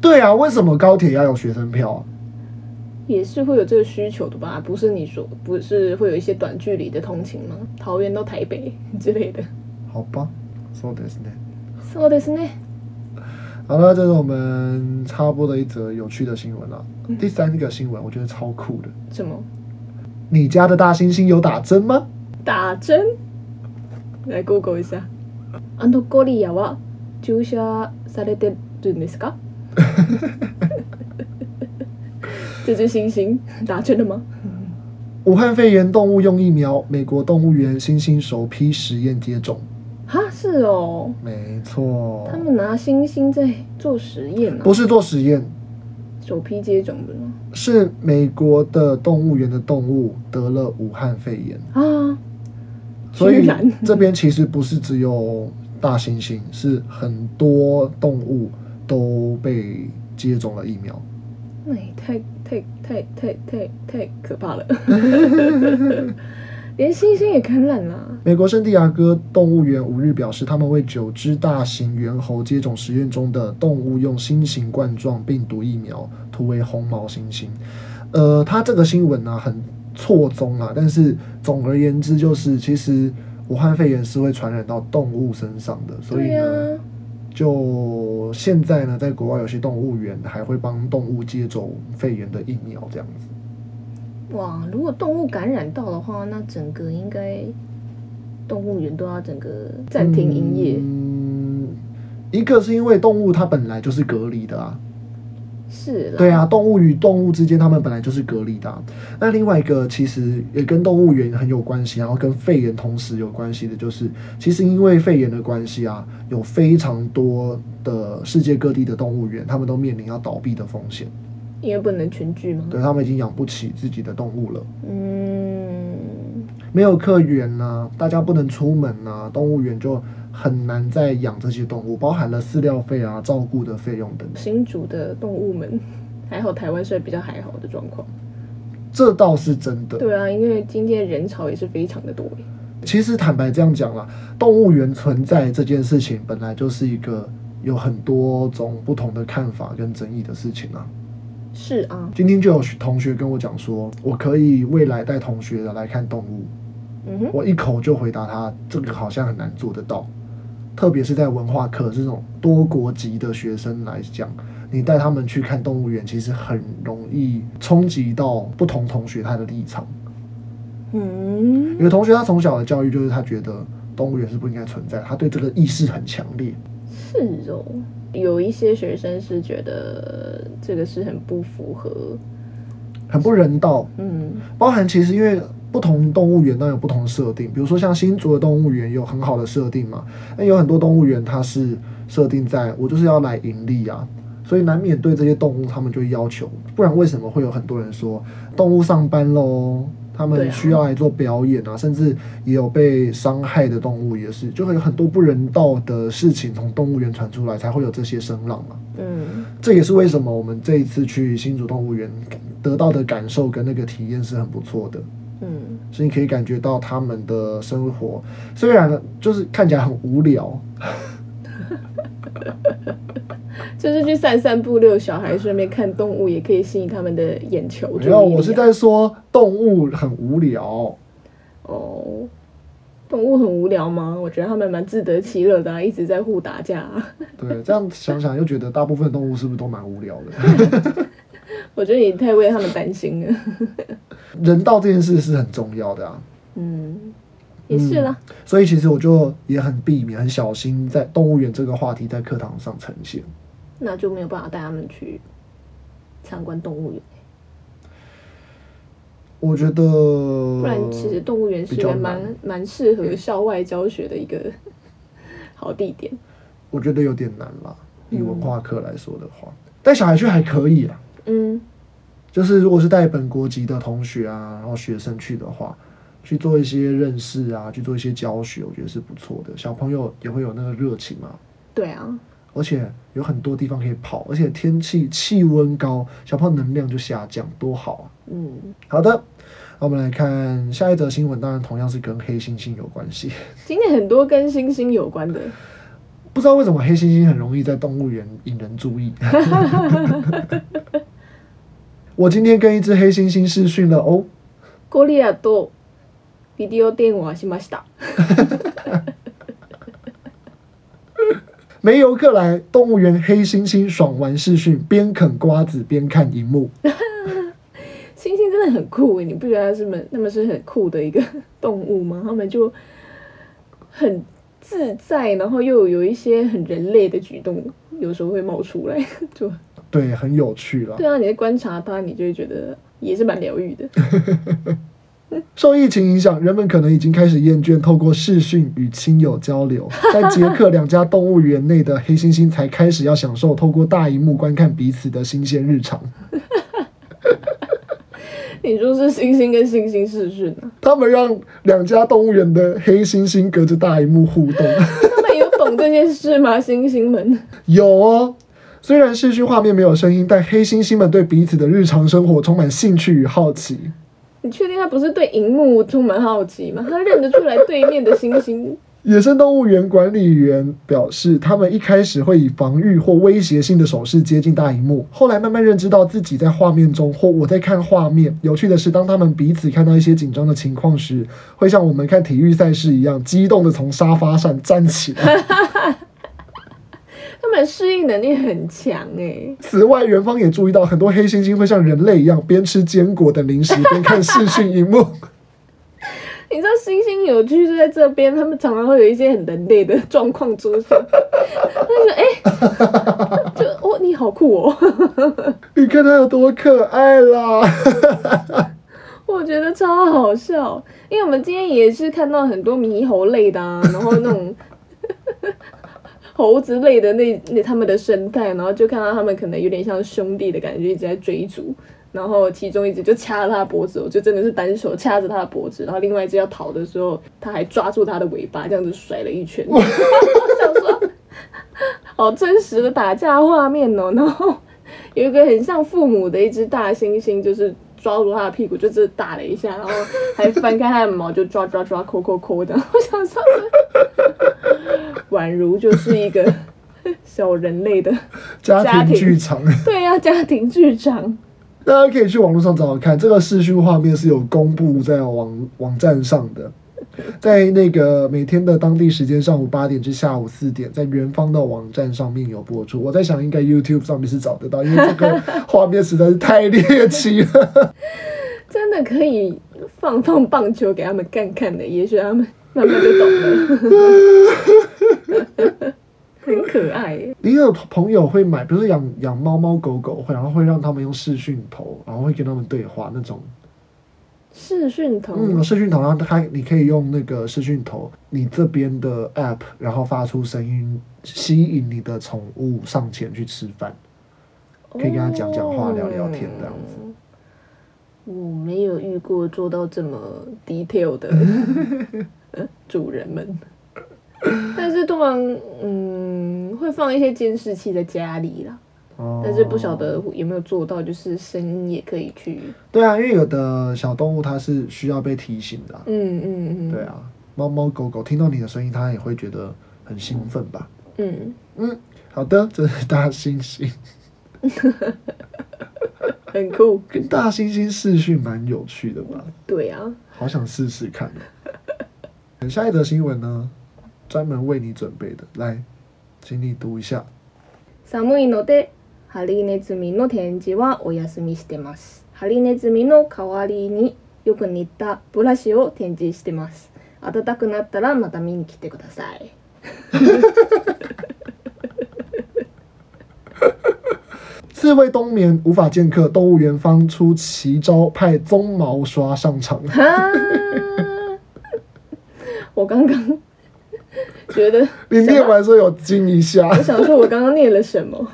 Speaker 1: 对啊，为什么高铁要有学生票啊？
Speaker 2: 也是会有这个需求的吧？不是你说不是会有一些短距离的通勤吗？桃园到台北之类的。
Speaker 1: 好吧，so this 呢？
Speaker 2: そうですね。
Speaker 1: 好了，这是我们插播的一则有趣的新闻啦。第三个新闻我觉得超酷的，
Speaker 2: 什么
Speaker 1: 你家的大猩猩有打针吗？
Speaker 2: 打针？来 Google 一下。あのゴリラは注射されてるんです か？这只猩猩打针了吗？
Speaker 1: 武汉肺炎动物用疫苗，美国动物园猩猩首批实验接种。
Speaker 2: 哈，是哦，
Speaker 1: 没错
Speaker 2: 他，们拿猩猩在做实验啊
Speaker 1: 不，是做实验，
Speaker 2: 首批接种的吗？
Speaker 1: 是美国的动物园的动物得了武汉肺炎，
Speaker 2: 啊，
Speaker 1: 所
Speaker 2: 居
Speaker 1: 以
Speaker 2: 然
Speaker 1: 这边其实不是只有大猩猩，是很多动物都被接种了疫苗。
Speaker 2: 那也太太太太太太可怕 了，连猩猩也感染啊啦。
Speaker 1: 美国圣地亚哥动物园五日表示，他们为九只大型猿猴接种实验中的动物用新型冠状病毒疫苗，图为红毛猩猩。呃，它这个新闻呢、很错综啊，但是总而言之就是，其实武汉肺炎是会传染到动物身上的，所以
Speaker 2: 对呀、啊
Speaker 1: 呢，就现在呢，在国外有些动物园还会帮动物接种肺炎的疫苗这样子。
Speaker 2: 哇，如果动物感染到的话，那整个应该动物园都要整个暂停营业。
Speaker 1: 嗯，一个是因为动物它本来就是隔离的啊。
Speaker 2: 是啦，
Speaker 1: 对啊，动物与动物之间，它们本来就是隔离的啊、那另外一个其实也跟动物园很有关系，然后跟肺炎同时有关系的，就是其实因为肺炎的关系啊，有非常多的世界各地的动物园，他们都面临要倒闭的风险，
Speaker 2: 因为不能群聚嘛。
Speaker 1: 对他们已经养不起自己的动物了，
Speaker 2: 嗯，
Speaker 1: 没有客源呐、大家不能出门呐、动物园就很难再养这些动物，包含了饲料费啊、照顾的费用等等。
Speaker 2: 新竹的动物们还好，台湾是比较还好的状况。
Speaker 1: 这倒是真的。
Speaker 2: 对啊，因为今天人潮也是非常的多。
Speaker 1: 其实坦白这样讲啦，动物园存在这件事情本来就是一个有很多种不同的看法跟争议的事情啊。
Speaker 2: 是啊，
Speaker 1: 今天就有同学跟我讲说，我可以未来带同学来看动物，
Speaker 2: 嗯哼，
Speaker 1: 我一口就回答他，这个好像很难做得到。特别是在文化课这种多国籍的学生来讲，你带他们去看动物园，其实很容易冲击到不同同学他的立场。
Speaker 2: 嗯，
Speaker 1: 有的同学他从小的教育就是他觉得动物园是不应该存在，他对这个意识很强烈。
Speaker 2: 是哦。有一些学生是觉得这个是很不符合，
Speaker 1: 很不人道。
Speaker 2: 嗯，
Speaker 1: 包含其实因为不同动物园都有不同的设定，比如说像新竹的动物园有很好的设定嘛，那有很多动物园它是设定在我就是要来盈利啊。所以难免对这些动物，他们就会要求，不然为什么会有很多人说动物上班喽？他
Speaker 2: 对
Speaker 1: 们
Speaker 2: 啊
Speaker 1: 需要来做表演啊，甚至也有被伤害的动物，也是就会有很多不人道的事情从动物园传出来，才会有这些声浪嘛。
Speaker 2: 嗯，
Speaker 1: 这也是为什么我们这一次去新竹动物园得到的感受跟那个体验是很不错的，
Speaker 2: 嗯，
Speaker 1: 所以你可以感觉到他们的生活虽然就是看起来很无聊，
Speaker 2: 就是去散散步、遛小孩，顺便看动物，也可以吸引他们的眼球注意
Speaker 1: 没
Speaker 2: 力啊。
Speaker 1: 有，我是在说动物很无聊。
Speaker 2: 哦，动物很无聊吗？我觉得他们蛮自得其乐的、啊，一直在互打架、啊。
Speaker 1: 对，这样想想又觉得大部分动物是不是都蛮无聊的？
Speaker 2: 我觉得你太为他们担心了。
Speaker 1: 人道这件事是很重要的啊。
Speaker 2: 嗯，也是啦。
Speaker 1: 所以其实我就也很避免、很小心在动物园这个话题在课堂上呈现。
Speaker 2: 那就没有办法带他们去参观动物园，
Speaker 1: 嗯我觉得，
Speaker 2: 不
Speaker 1: 不
Speaker 2: 然其实动物园是一
Speaker 1: 比较
Speaker 2: 个
Speaker 1: 难
Speaker 2: 蛮蛮适合校外教学的一个 好地点。
Speaker 1: 我觉得有点难啦，以文化课来说的话，带小孩去还可以啊。
Speaker 2: 嗯，
Speaker 1: 就是如果是带本国籍的同学啊，然后学生去的话，去做一些认识啊，去做一些教学，我觉得是不错的。小朋友也会有那个热情嘛，
Speaker 2: 对啊，
Speaker 1: 而且有很多地方可以跑，而且天气气温高，小朋友能量就下降，多好啊！
Speaker 2: 嗯，
Speaker 1: 好的，那我们来看下一则新闻，当然同样是跟黑猩猩有关系。
Speaker 2: 今天很多跟星星有关的，
Speaker 1: 不知道为什么黑猩猩很容易在动物园引人注意。 我今天跟一只黑猩猩试训了哦，
Speaker 2: ゴリラとビデオ電話しました。
Speaker 1: 没游客来，动物园黑猩猩爽完试训，边啃瓜子边看荧幕。
Speaker 2: 猩猩真的很酷耶，欸你不觉得它是们它们是很酷的一个动物吗？它们就很自在，然后又有一些很人类的举动，有时候会冒出来，就
Speaker 1: 对，很有趣啦。
Speaker 2: 对啊，你在观察它，你就会觉得也是蛮疗愈的。
Speaker 1: 受疫情影响，人们可能已经开始厌倦透过视讯与亲友交流。在捷克两家动物园内的黑猩猩才开始要享受透过大荧幕观看彼此的新鲜日常。
Speaker 2: 你说是猩猩跟猩猩试训啊？
Speaker 1: 他们让两家动物园的黑猩猩隔着大荧幕互动。
Speaker 2: 他们有懂这件事吗？猩猩们，
Speaker 1: 有哦，虽然视讯画面没有声音，但黑猩猩们对彼此的日常生活充满兴趣与好奇。
Speaker 2: 你确定他不是对荧幕充满好奇吗？他认得出来对面的猩猩。
Speaker 1: 野生动物园管理员表示，他们一开始会以防御或威胁性的手势接近大荧幕，后来慢慢认知到自己在画面中或我在看画面。有趣的是，当他们彼此看到一些紧张的情况时，会像我们看体育赛事一样，激动的从沙发上站起来。
Speaker 2: 他们适应能力很强哎、
Speaker 1: 此外，园方也注意到很多黑猩猩会像人类一样边吃坚果等零食边看视讯荧幕。
Speaker 2: 你知道星星有趣就在这边，他们常常会有一些很人类的状况出现。他就说：“哎、就哦，你好酷哦！
Speaker 1: 你看它有多可爱啦！
Speaker 2: 我觉得超好笑，因为我们今天也是看到很多猕猴类的啊，然后那种 猴子类的那那他们的生态，然后就看到他们可能有点像兄弟的感觉，一直在追逐。然后其中一只就掐了他的脖子，我就真的是单手掐着他的脖子，然后另外一只要逃的时候，他还抓住他的尾巴，这样子甩了一圈。我想说， 好真实的打架画面哦。然后有一个很像父母的一只大猩猩，就是抓住他的屁股，就只是打了一下，然后还翻开他的毛，就抓抓抓，抠抠抠的。我想说，宛如就是 一个 小人类的，
Speaker 1: 家庭剧场，
Speaker 2: 对呀、家庭剧场。
Speaker 1: 大家可以去网络上找找看，这个视讯画面是有公布在网网站上 的。在那个每天的当地时间上午八点至下午四点，在园方的网站上面有播出。我在想，应该 YouTube 上面是找得到，因为这个画面实在是太猎奇 了。
Speaker 2: 真的可以放放棒球给他们看看的，也许他们慢慢就懂了。很可爱耶，
Speaker 1: 也有朋友会买，比如说养养猫猫狗狗，会然后会让他们用视讯头，然后会跟他们对话那种
Speaker 2: 视讯头，
Speaker 1: 嗯，视讯头，然后它你可以用那个视讯头，你这边的 app，然后发出声音，吸引你的宠物上前去吃饭。可以跟他讲讲话
Speaker 2: 哦
Speaker 1: 聊聊天这样子。
Speaker 2: 我没有遇过做到这么 detail 的 主人们，但是通常嗯会放一些监视器在家里啦，
Speaker 1: 哦
Speaker 2: 但是不晓。得有没有做到，就是声音也可以去，
Speaker 1: 对啊，因为有的小动物它是需要被提醒的啊、
Speaker 2: 嗯嗯嗯，
Speaker 1: 对，啊，猫猫狗狗听到你的声音，它也会觉得很兴奋吧？
Speaker 2: 嗯，
Speaker 1: 嗯，好的，这是大猩猩，
Speaker 2: 很酷，
Speaker 1: 跟大猩猩视讯蛮有趣的吧？
Speaker 2: 对啊，
Speaker 1: 好想试试看哦。下一则新闻呢，专门为你准备的，来，请你读一下。
Speaker 2: 寒いのでハリネズミの展示はお休みしてます。ハリネズミの代わりによく似たブラシを展示してます。暖かくなったらまた見に来てください。
Speaker 1: 刺猬冬眠无法见客，动物园方出奇招，派鬃毛刷上场。
Speaker 2: 哈，我刚刚觉得
Speaker 1: 你念完之后有惊一下。
Speaker 2: 我想说，我刚刚念了什么？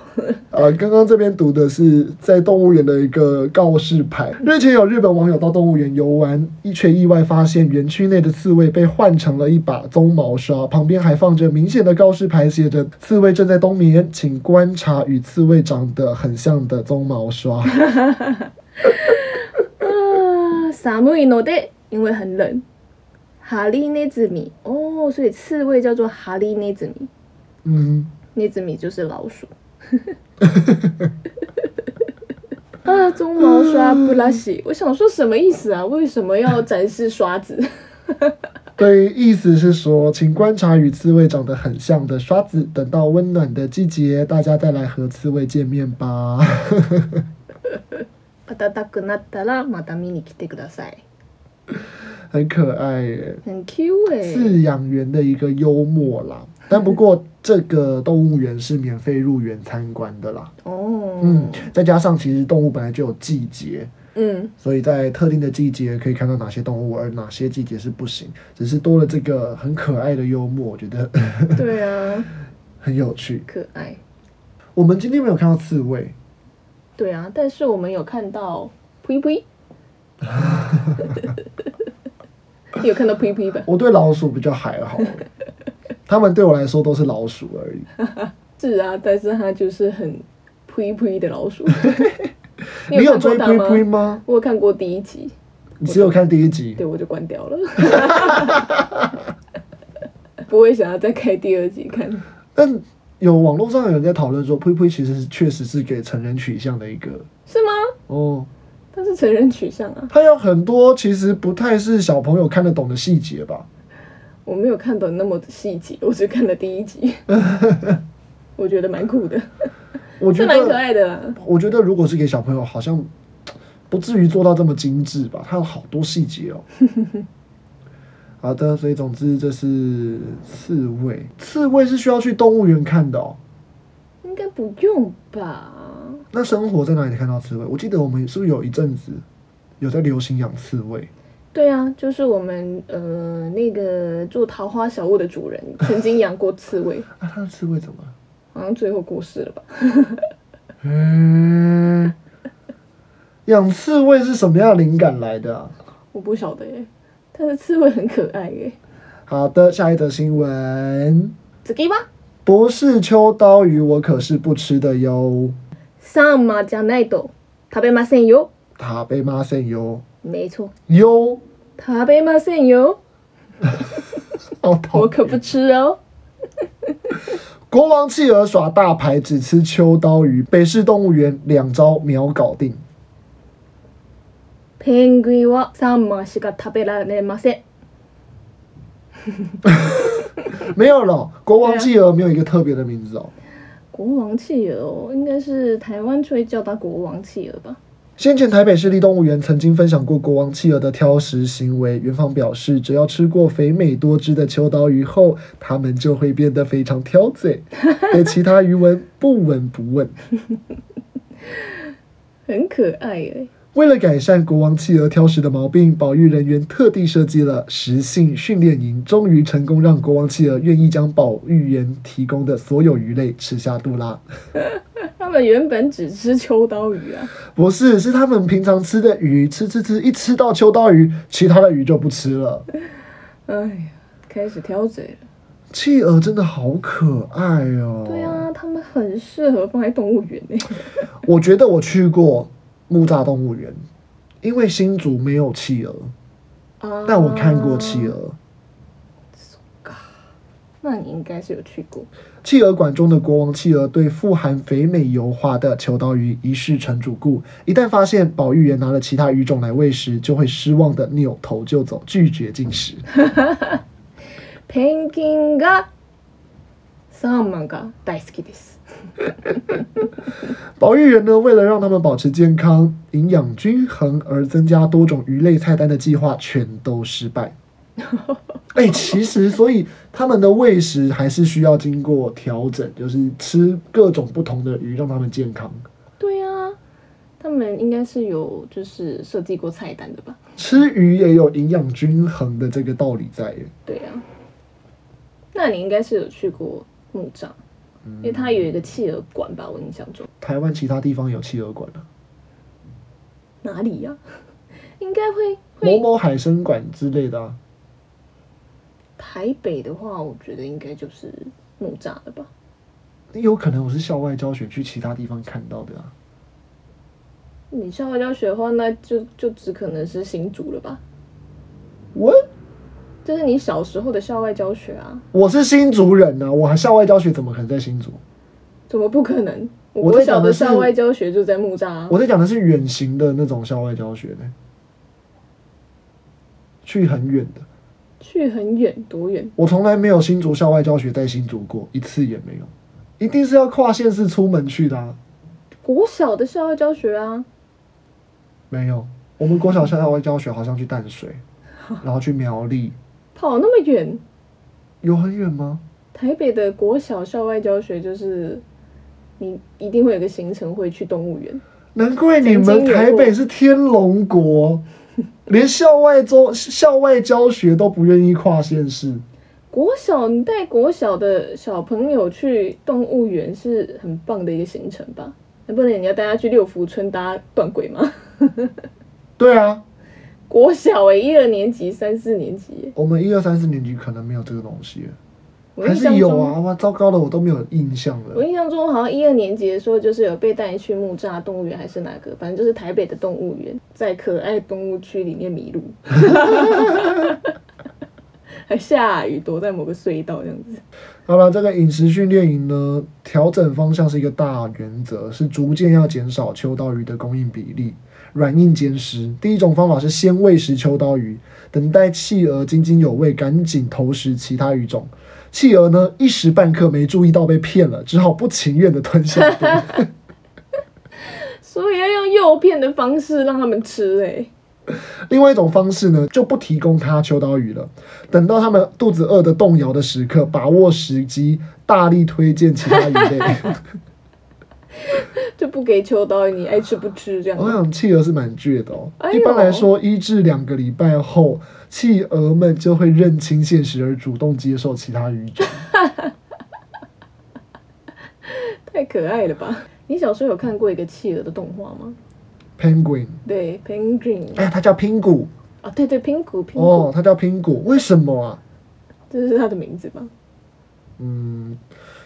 Speaker 1: 呃，刚刚这边读的是在动物园的一个告示牌。日前有日本网友到动物园游玩，一却意外发现园区内的刺猬被换成了一把鬃毛刷，旁边还放着明显的告示牌，写着“刺猬正在冬眠，请观察与刺猬长得很像的鬃毛刷
Speaker 2: 啊，寒いので，因为很冷。哈利ネズミ哦，所以刺猬叫做哈利ネズミ，”。
Speaker 1: 嗯，
Speaker 2: ネズミ就是 老鼠。啊，鬃毛刷布拉西，我想说什么意思啊？为什么要展示刷 子？
Speaker 1: 对，意思是说，请观察与刺猬长得很像的刷子，等到温暖的季节，大家再来和刺猬见面吧。
Speaker 2: 暖くなったらまた見に来てください。
Speaker 1: 很可爱耶。
Speaker 2: 很 Q 哎、
Speaker 1: 饲养员的一个幽默啦。但不过这个动物园是免费入园参观的啦。
Speaker 2: 哦，
Speaker 1: 嗯，再加上其实动物本来就有季节，
Speaker 2: 嗯
Speaker 1: 所以在特定的季节可以看到哪些动物，而哪些季节是不行。只是多了这个很可爱的幽默，我觉得
Speaker 2: 对啊，
Speaker 1: 很有趣。
Speaker 2: 可爱，
Speaker 1: 我们今天没有看到刺猬，
Speaker 2: 对啊，但是我们有看到呸呸，你 有看到呸呸吧？
Speaker 1: 我对老鼠比较还 好，它们对我来说都是老鼠而已。
Speaker 2: 是啊，但是它就是很呸呸的老 鼠。
Speaker 1: 你有
Speaker 2: 看过
Speaker 1: 追
Speaker 2: 它
Speaker 1: 龟龟
Speaker 2: 吗？
Speaker 1: 吗？
Speaker 2: 我有看过第一集，
Speaker 1: 你只有看第一集，
Speaker 2: 对我就关掉了， 不会想要再开第二集看。
Speaker 1: 但有网络上有人在讨论说，呸呸其实是确实是给成人取向的一个
Speaker 2: 是吗？
Speaker 1: 哦，
Speaker 2: 它是成人取向啊，
Speaker 1: 它有很多其实不太是小朋友看得懂的细节吧。
Speaker 2: 我没有看懂那么细节，我只看了第 一集，我觉得蛮酷的，
Speaker 1: 我觉
Speaker 2: 是蛮可
Speaker 1: 得，
Speaker 2: 爱的啦。
Speaker 1: 我觉得如果是给小朋友，好像不至于做到这么精致吧，它有好多细节 哦。好的，所以总之这是刺猬，刺猬是需要去动物园看的哦。
Speaker 2: 应该不用吧？
Speaker 1: 那生活在哪里看到刺猬？我记得我们是不是有一阵子有在流行养刺猬？
Speaker 2: 对啊，就是我们呃那个住桃花小屋的主 人曾经养过刺猬，
Speaker 1: 啊，它的刺猬怎么了？
Speaker 2: 好像最后过世了吧？
Speaker 1: 嗯，养刺猬是什么样的灵感来的啊、
Speaker 2: 我不晓得耶，但是刺猬很可爱耶。
Speaker 1: 好的，下一则新闻，
Speaker 2: 次は
Speaker 1: 不是秋刀鱼，我可是不吃的哟。
Speaker 2: サンマじゃないと食べませんよ。
Speaker 1: 他被骂声哟
Speaker 2: 没错，
Speaker 1: 哟，
Speaker 2: 食べませんよ，
Speaker 1: 好讨
Speaker 2: 我可不吃哦。
Speaker 1: 国王企鹅耍大牌，只吃秋刀鱼，北市动物园两招秒搞定。
Speaker 2: ペンギンはサンマしか食べられません。
Speaker 1: 没有了，国王企鹅没有一个特别的名字哦。
Speaker 2: 国王企鹅哦，应该是台湾就会叫它国王企鹅吧？
Speaker 1: 先前台北市立动物园曾经分享过国王企鹅的挑食行为，园方表示，只要吃过肥美多汁的秋刀鱼后，它们就会变得非常挑嘴，对其他鱼闻不闻不问。
Speaker 2: 很可爱耶。
Speaker 1: 为了改善国王企鹅挑食的毛病，保育人员特地设计了食性训练营，终于成功让国王企鹅愿意将保育员提供的所有鱼类吃下肚啦。
Speaker 2: 他们原本只吃秋刀鱼啊，
Speaker 1: 不是，是他们平常吃的鱼，吃吃吃，一吃到秋刀鱼，其他的鱼就不吃了。
Speaker 2: 哎呀，开始挑嘴了。
Speaker 1: 企鹅真的好可爱哦。
Speaker 2: 对，啊，他们很适合放在动物园呢。
Speaker 1: 我觉得我去过木栅动物园，因为新竹没有企鹅，
Speaker 2: 啊
Speaker 1: 但我看过企。鹅。
Speaker 2: 那你应该是有去过。
Speaker 1: 企鹅馆中的国王企鹅对富含肥美油花的秋刀鱼一试成主顾，一旦发现保育员拿了其他鱼种来喂食，就会失望的扭头就走，拒绝进食。
Speaker 2: ペンギンがサーモンが大好きです。
Speaker 1: 保育员呢，为了让他们保持健康、营养均衡而增加多种鱼类菜单的计划全都失败。哎、其实所以他们的喂食还是需要经过调整，就是吃各种不同的鱼，让他们健康。
Speaker 2: 对啊，他们应该是有就是设计过菜单的吧？
Speaker 1: 吃鱼也有营养均衡的这个道理在耶。
Speaker 2: 对啊，那你应该是有去过牧场，
Speaker 1: 嗯
Speaker 2: 因为它有一个企鹅馆吧？我印象中
Speaker 1: 台湾其他地方有企鹅馆啊，
Speaker 2: 哪里呀、应该会
Speaker 1: 某
Speaker 2: 会
Speaker 1: 某海参馆之类的啊。
Speaker 2: 台北的话，我觉得应该就是木栅了吧？
Speaker 1: 有可能我是校外教学去其他地方看到的啊。
Speaker 2: 你校外教学的话，那就就只可能是新竹了吧？
Speaker 1: 我
Speaker 2: 这是你小时候的校外教学啊？
Speaker 1: 我是新竹人呐、啊，我还校外教学怎么可能在新竹？
Speaker 2: 怎么不可能？
Speaker 1: 我
Speaker 2: 我
Speaker 1: 在
Speaker 2: 国小
Speaker 1: 讲的
Speaker 2: 的
Speaker 1: 是
Speaker 2: 校外教学就在木栅、啊。
Speaker 1: 我在讲的是远行的那种校外教学呢，去很远的。
Speaker 2: 去很远，多远？
Speaker 1: 我从来没有新竹校外教学在新竹过，一次也没有。一定是要跨县市出门去的、啊，
Speaker 2: 国小的校外教学啊，
Speaker 1: 没有。我们国小校外教学好像去淡水，然后去苗栗，
Speaker 2: 跑那么远。
Speaker 1: 有很远吗？
Speaker 2: 台北的国小校外教学就是，你一定会有个行程会去动物园。
Speaker 1: 难怪你们台北是天龙国，连校外周校外教学都不愿意跨县市。
Speaker 2: 国小，你带国小的小朋友去动物园是很棒的一个行程吧？能不能你要带他去六福村搭断轨吗？
Speaker 1: 对啊，
Speaker 2: 国小诶、一二年级、三四年级耶、
Speaker 1: 我们一二三四年级可能没有这个东西，
Speaker 2: 我
Speaker 1: 还
Speaker 2: 印
Speaker 1: 是
Speaker 2: 象
Speaker 1: 有
Speaker 2: 中，
Speaker 1: 啊。哇，糟糕了，我都没有印象
Speaker 2: 我
Speaker 1: 了。
Speaker 2: 印象中好像一二年级的时候，就是有被带去木栅动物园还是哪个，反正就是台北的动物园，在可爱动物区里面迷路， 还下雨，躲在某个隧道这样子。
Speaker 1: 好了，这个饮食训练营呢，调整方向是一个大原则，是逐渐要减少秋刀鱼的供应比例，软硬兼施。第一种方法是先喂食秋刀鱼，等待企鹅津津有味，赶紧投食其他鱼种。企鹅呢，一时半刻没注意到被骗了，只好不情愿的吞下肚。
Speaker 2: 所以要用诱骗的方式让他们吃、欸，
Speaker 1: 另外一种方式呢，就不提供它秋刀鱼了，等到它们肚子饿的动摇的时刻，把握时机，大力推荐其他鱼 类。
Speaker 2: 就不给秋刀鱼，你爱吃不吃这
Speaker 1: 我
Speaker 2: 样。
Speaker 1: 想企鹅是蛮倔的哦。
Speaker 2: 哎呦
Speaker 1: 一般来说，一至两个礼拜后，企鹅们就会认清现实而主动接受其他鱼种。
Speaker 2: 太可爱了吧！你小时候有看过一个企鹅的动画吗？
Speaker 1: Penguin，
Speaker 2: 对，Penguin
Speaker 1: 哎，它叫拼骨
Speaker 2: 啊，对对，拼骨拼
Speaker 1: 哦
Speaker 2: 骨，，
Speaker 1: 它叫拼骨，为什么啊？
Speaker 2: 这是它的名字吧？
Speaker 1: 嗯，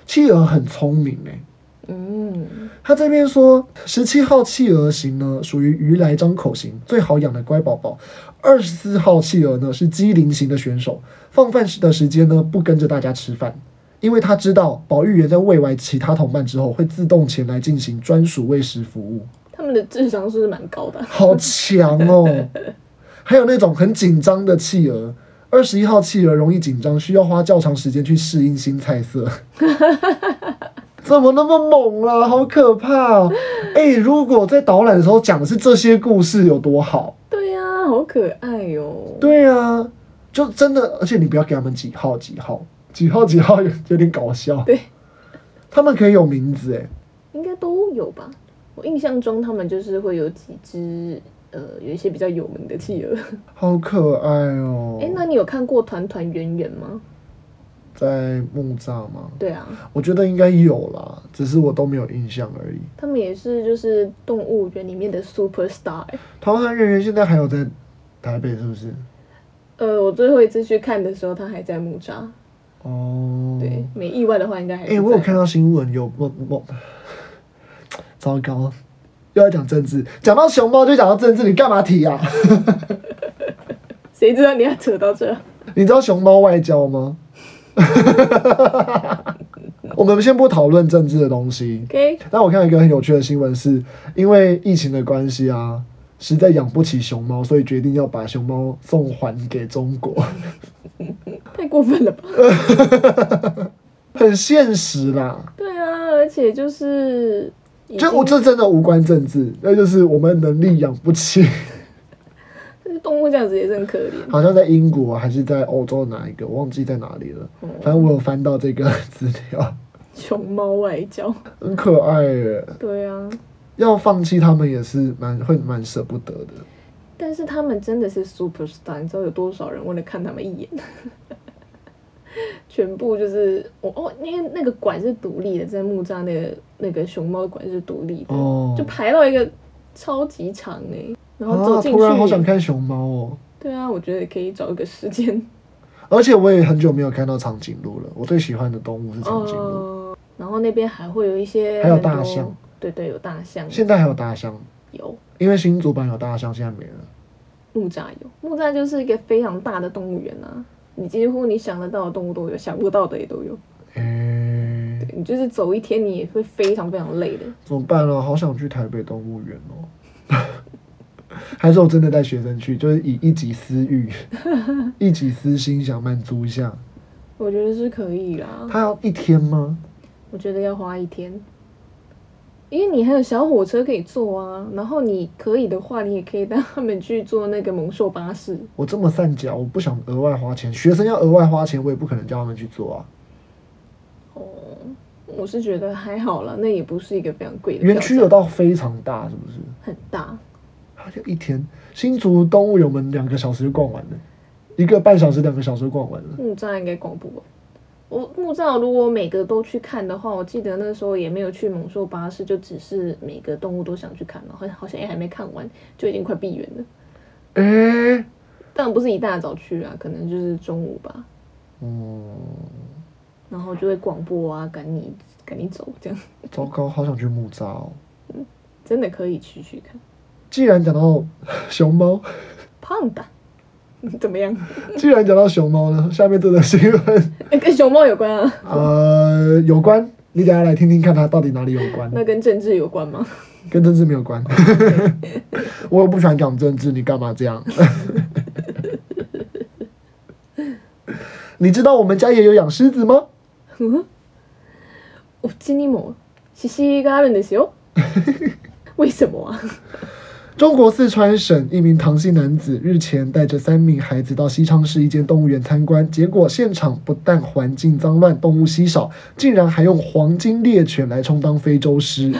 Speaker 1: 企鹅很聪明哎、
Speaker 2: 嗯，
Speaker 1: 他这边说，十七号企鹅型呢属于鱼来张口型，最好养的乖宝宝；二十四号企鹅呢是机灵型的选手，放饭时的时间呢不跟着大家吃饭，因为他知道保育员在喂完其他同伴之后会自动前来进行专属喂食服务，
Speaker 2: 他们的智商是不是蛮高的啊？
Speaker 1: 好强哦！还有那种很紧张的企鹅。二十一号企鹅容易紧张，需要花较长时间去适应新菜色。 怎么那么猛啦、好可怕哦！哎、如果在导览的时候讲的是这些故事，有多好？
Speaker 2: 对呀、啊，好可爱哦哟、
Speaker 1: 对啊，就真的，而且你不要给他们几号几号几号几号，有 有点搞笑。
Speaker 2: 对，
Speaker 1: 他们可以有名字哎、
Speaker 2: 应该都有吧？我印象中他们就是会有几只，呃，有一些比较有名的企鹅。
Speaker 1: 哦好可爱哦、
Speaker 2: 哎、那你有看过团团圆圆吗？
Speaker 1: 在木栅吗？
Speaker 2: 对啊，
Speaker 1: 我觉得应该有啦，只是我都没有印象而已。
Speaker 2: 他们也是就是动物园里面的 super star、欸。
Speaker 1: 桃山圆圆现在还有在台北是不是？
Speaker 2: 呃，我最后一次去看的时候，他还在木栅。
Speaker 1: 哦，
Speaker 2: 对，，没意外的话，应该还
Speaker 1: 哎、
Speaker 2: 是在。
Speaker 1: 我有看到新闻，有我我，糟糕，又要讲政治，讲到熊猫就讲到政治，你干嘛提啊？
Speaker 2: 谁知道你要扯到这？
Speaker 1: 你知道熊猫外交吗？ 我们先不讨论政治的东西。
Speaker 2: OK，
Speaker 1: 但我看到一个很有趣的新闻是，因为疫情的关系啊，实在养不起熊猫，所以决定要把熊猫送还给中国，
Speaker 2: 太过分了吧？
Speaker 1: 很现实啦。
Speaker 2: 对啊，而且就是已经，
Speaker 1: 就我这真的无关政治，那就是我们能力养不起。
Speaker 2: 这是动物这样子也是很可怜。
Speaker 1: 好像在英国还是在欧洲哪一个，我忘记在哪里了。
Speaker 2: 哦
Speaker 1: 反正我有翻到这个资料，
Speaker 2: 熊猫外交，
Speaker 1: 很可爱耶。
Speaker 2: 对啊，
Speaker 1: 要放弃他们也是蛮会蛮舍不得的。
Speaker 2: 但是他们真的是 super star，你知道有多少人为了看他们一眼， 全部就是我哦，因为那个馆是独立的，在木栅那个那个熊猫馆是独立的，
Speaker 1: 哦
Speaker 2: 就排到一个超级长哎、然后走
Speaker 1: 啊，
Speaker 2: 进去，
Speaker 1: 突然好想看熊猫哦。
Speaker 2: 对啊，我觉得可以找一个时间，
Speaker 1: 而且我也很久没有看到长颈鹿了。我最喜欢的动物是长颈鹿，
Speaker 2: 哦，然后那边还会有一些
Speaker 1: 还有
Speaker 2: 很多
Speaker 1: 大象，
Speaker 2: 对对，有大象，
Speaker 1: 现在还有大象，
Speaker 2: 有
Speaker 1: 因为新竹版有大象，现在没了。
Speaker 2: 木栅有木栅就是一个非常大的动物园啊，你几乎你想得到的动物都有，想不到的也都有。
Speaker 1: 诶、
Speaker 2: 你就是走一天，你也会非常非常累的。
Speaker 1: 怎么办啊？好想去台北动物园哦。 还是我真的带学生去，就是以一己私欲、一己私心想满足一下。
Speaker 2: 我觉得是可以啦，
Speaker 1: 他要一天吗？
Speaker 2: 我觉得要花一天，因为你还有小火车可以坐啊。然后你可以的话，你也可以带他们去坐那个猛兽巴士。
Speaker 1: 我这么善假，我不想额外花钱。学生要额外花钱，我也不可能叫他们去做啊。
Speaker 2: 哦，我是觉得还好啦，那也不是一个非常贵的票
Speaker 1: 园
Speaker 2: 价
Speaker 1: 区有到非常大，是不是？
Speaker 2: 很大，
Speaker 1: 他就一天，新竹动物园我们两个小时就逛完了，一个半小时、两个小时就逛完了。
Speaker 2: 木栅应该逛不完。我木栅如果每个都去看的话，我记得那时候也没有去猛兽巴士，就只是每个动物都想去看，然后好像也还没看完，就已经快闭园了。
Speaker 1: 哎、
Speaker 2: 当然不是一大早去啊，可能就是中午吧，
Speaker 1: 嗯，
Speaker 2: 然后就会广播啊，赶你赶你走，这样
Speaker 1: 糟糕，好想去木栅哦。
Speaker 2: 真的可以去去看。
Speaker 1: 既然讲到熊猫，
Speaker 2: 胖的，怎么样？
Speaker 1: 既然讲到熊猫呢，下面这则新闻，
Speaker 2: 欸跟熊猫有关啊？
Speaker 1: 呃，有关，你等一下来听听看它到底哪里有关，
Speaker 2: 那跟政治有关吗？
Speaker 1: 跟政治没有关。 我又不喜欢讲政治，你干嘛这 样？你知道我们家也有养狮子吗？
Speaker 2: 我今天某西西があるんですよ。 为什么啊？
Speaker 1: 中国四川省一名唐姓男子日前带着三名孩子到西昌市一间动物园参观，结果现场不但环境脏乱、动物稀少，竟然还用黄金猎犬来充当非洲 狮。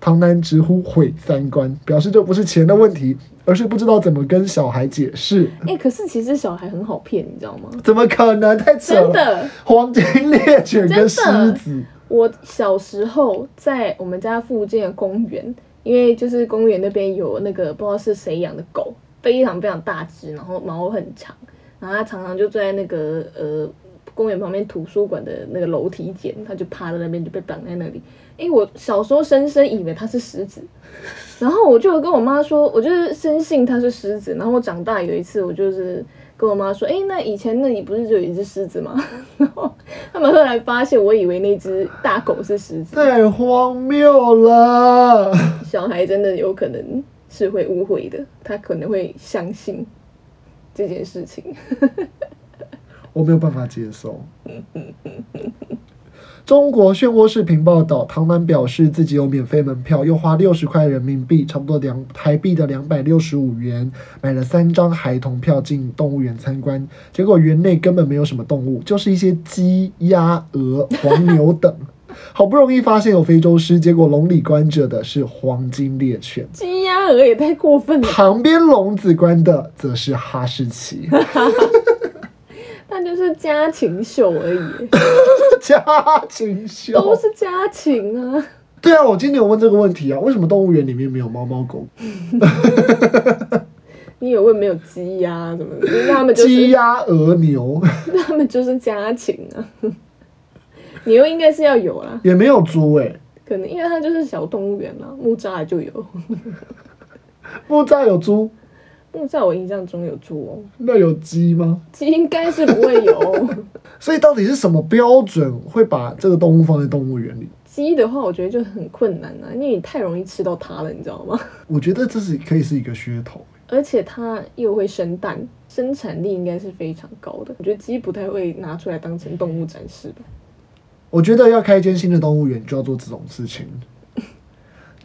Speaker 1: 唐男直呼毁三观，表示这不是钱的问题，而是不知道怎么跟小孩解释。
Speaker 2: 哎、可是其实小孩很好骗，你知道吗？
Speaker 1: 怎么可能？太扯
Speaker 2: 真
Speaker 1: 了！
Speaker 2: 的，
Speaker 1: 黄金猎犬跟狮子，
Speaker 2: 我小时候在我们家附近的公园，因为就是公园那边有那个不知道是谁养的狗，非常非常大只，然后毛很长，然后它常常就坐在那个呃公园旁边图书馆的那个楼梯间，它就趴在那边就被绑在那里。诶，我小时候深深以为它是狮子，然后我就跟我妈说，我就是深信它是狮子。然后我长大有一次，我就是跟我妈说，诶，那以前那里不是就有一只狮子吗？ 然后他们后来发现，我以为那只大狗是狮子。
Speaker 1: 太荒谬了！
Speaker 2: 小孩真的有可能是会误会的，他可能会相信这件事情。
Speaker 1: 我没有办法接受。中国漩涡视频报道，唐楠表示自己有免费门票，又花六十块人民币，差不多两台币的两百六十五元，买了三张孩童票进动物园参观。结果园内根本没有什么动物，就是一些鸡、鸭、鹅、黄牛等。好不容易发现有非洲狮，结果笼里关着的是黄金猎犬。
Speaker 2: 鸡鸭鹅也太过分了，
Speaker 1: 旁边笼子关的则是哈士奇，
Speaker 2: 那就是家禽秀 而已，
Speaker 1: 家禽秀
Speaker 2: 都是家禽啊。
Speaker 1: 对啊，我今天有问这个问题啊，为什么动物园里面没有猫猫狗、
Speaker 2: 你有问没有鸡鸭什么的？因为他们就
Speaker 1: 鸡、
Speaker 2: 是
Speaker 1: 鸭、鹅、牛，
Speaker 2: 他们就是家禽啊。 牛应该是要有啦，
Speaker 1: 也没有猪哎、欸，
Speaker 2: 可能因为它就是小动物园啦，木栅就有。
Speaker 1: 木栅有猪，
Speaker 2: 木栅我印象中有猪哦，
Speaker 1: 那有鸡吗？
Speaker 2: 鸡应该是不会有 哦。
Speaker 1: 所以到底是什么标准会把这个动物放在动物园里？
Speaker 2: 鸡的话，我觉得就很困难啊，因为你太容易吃到它了，你知道吗？
Speaker 1: 我觉得这是可以是一个噱头。
Speaker 2: 而且它又会生蛋，生产力应该是非常高的。我觉得鸡不太会拿出来当成动物展示吧。
Speaker 1: 我觉得要开一间新的动物园，就要做这种事情。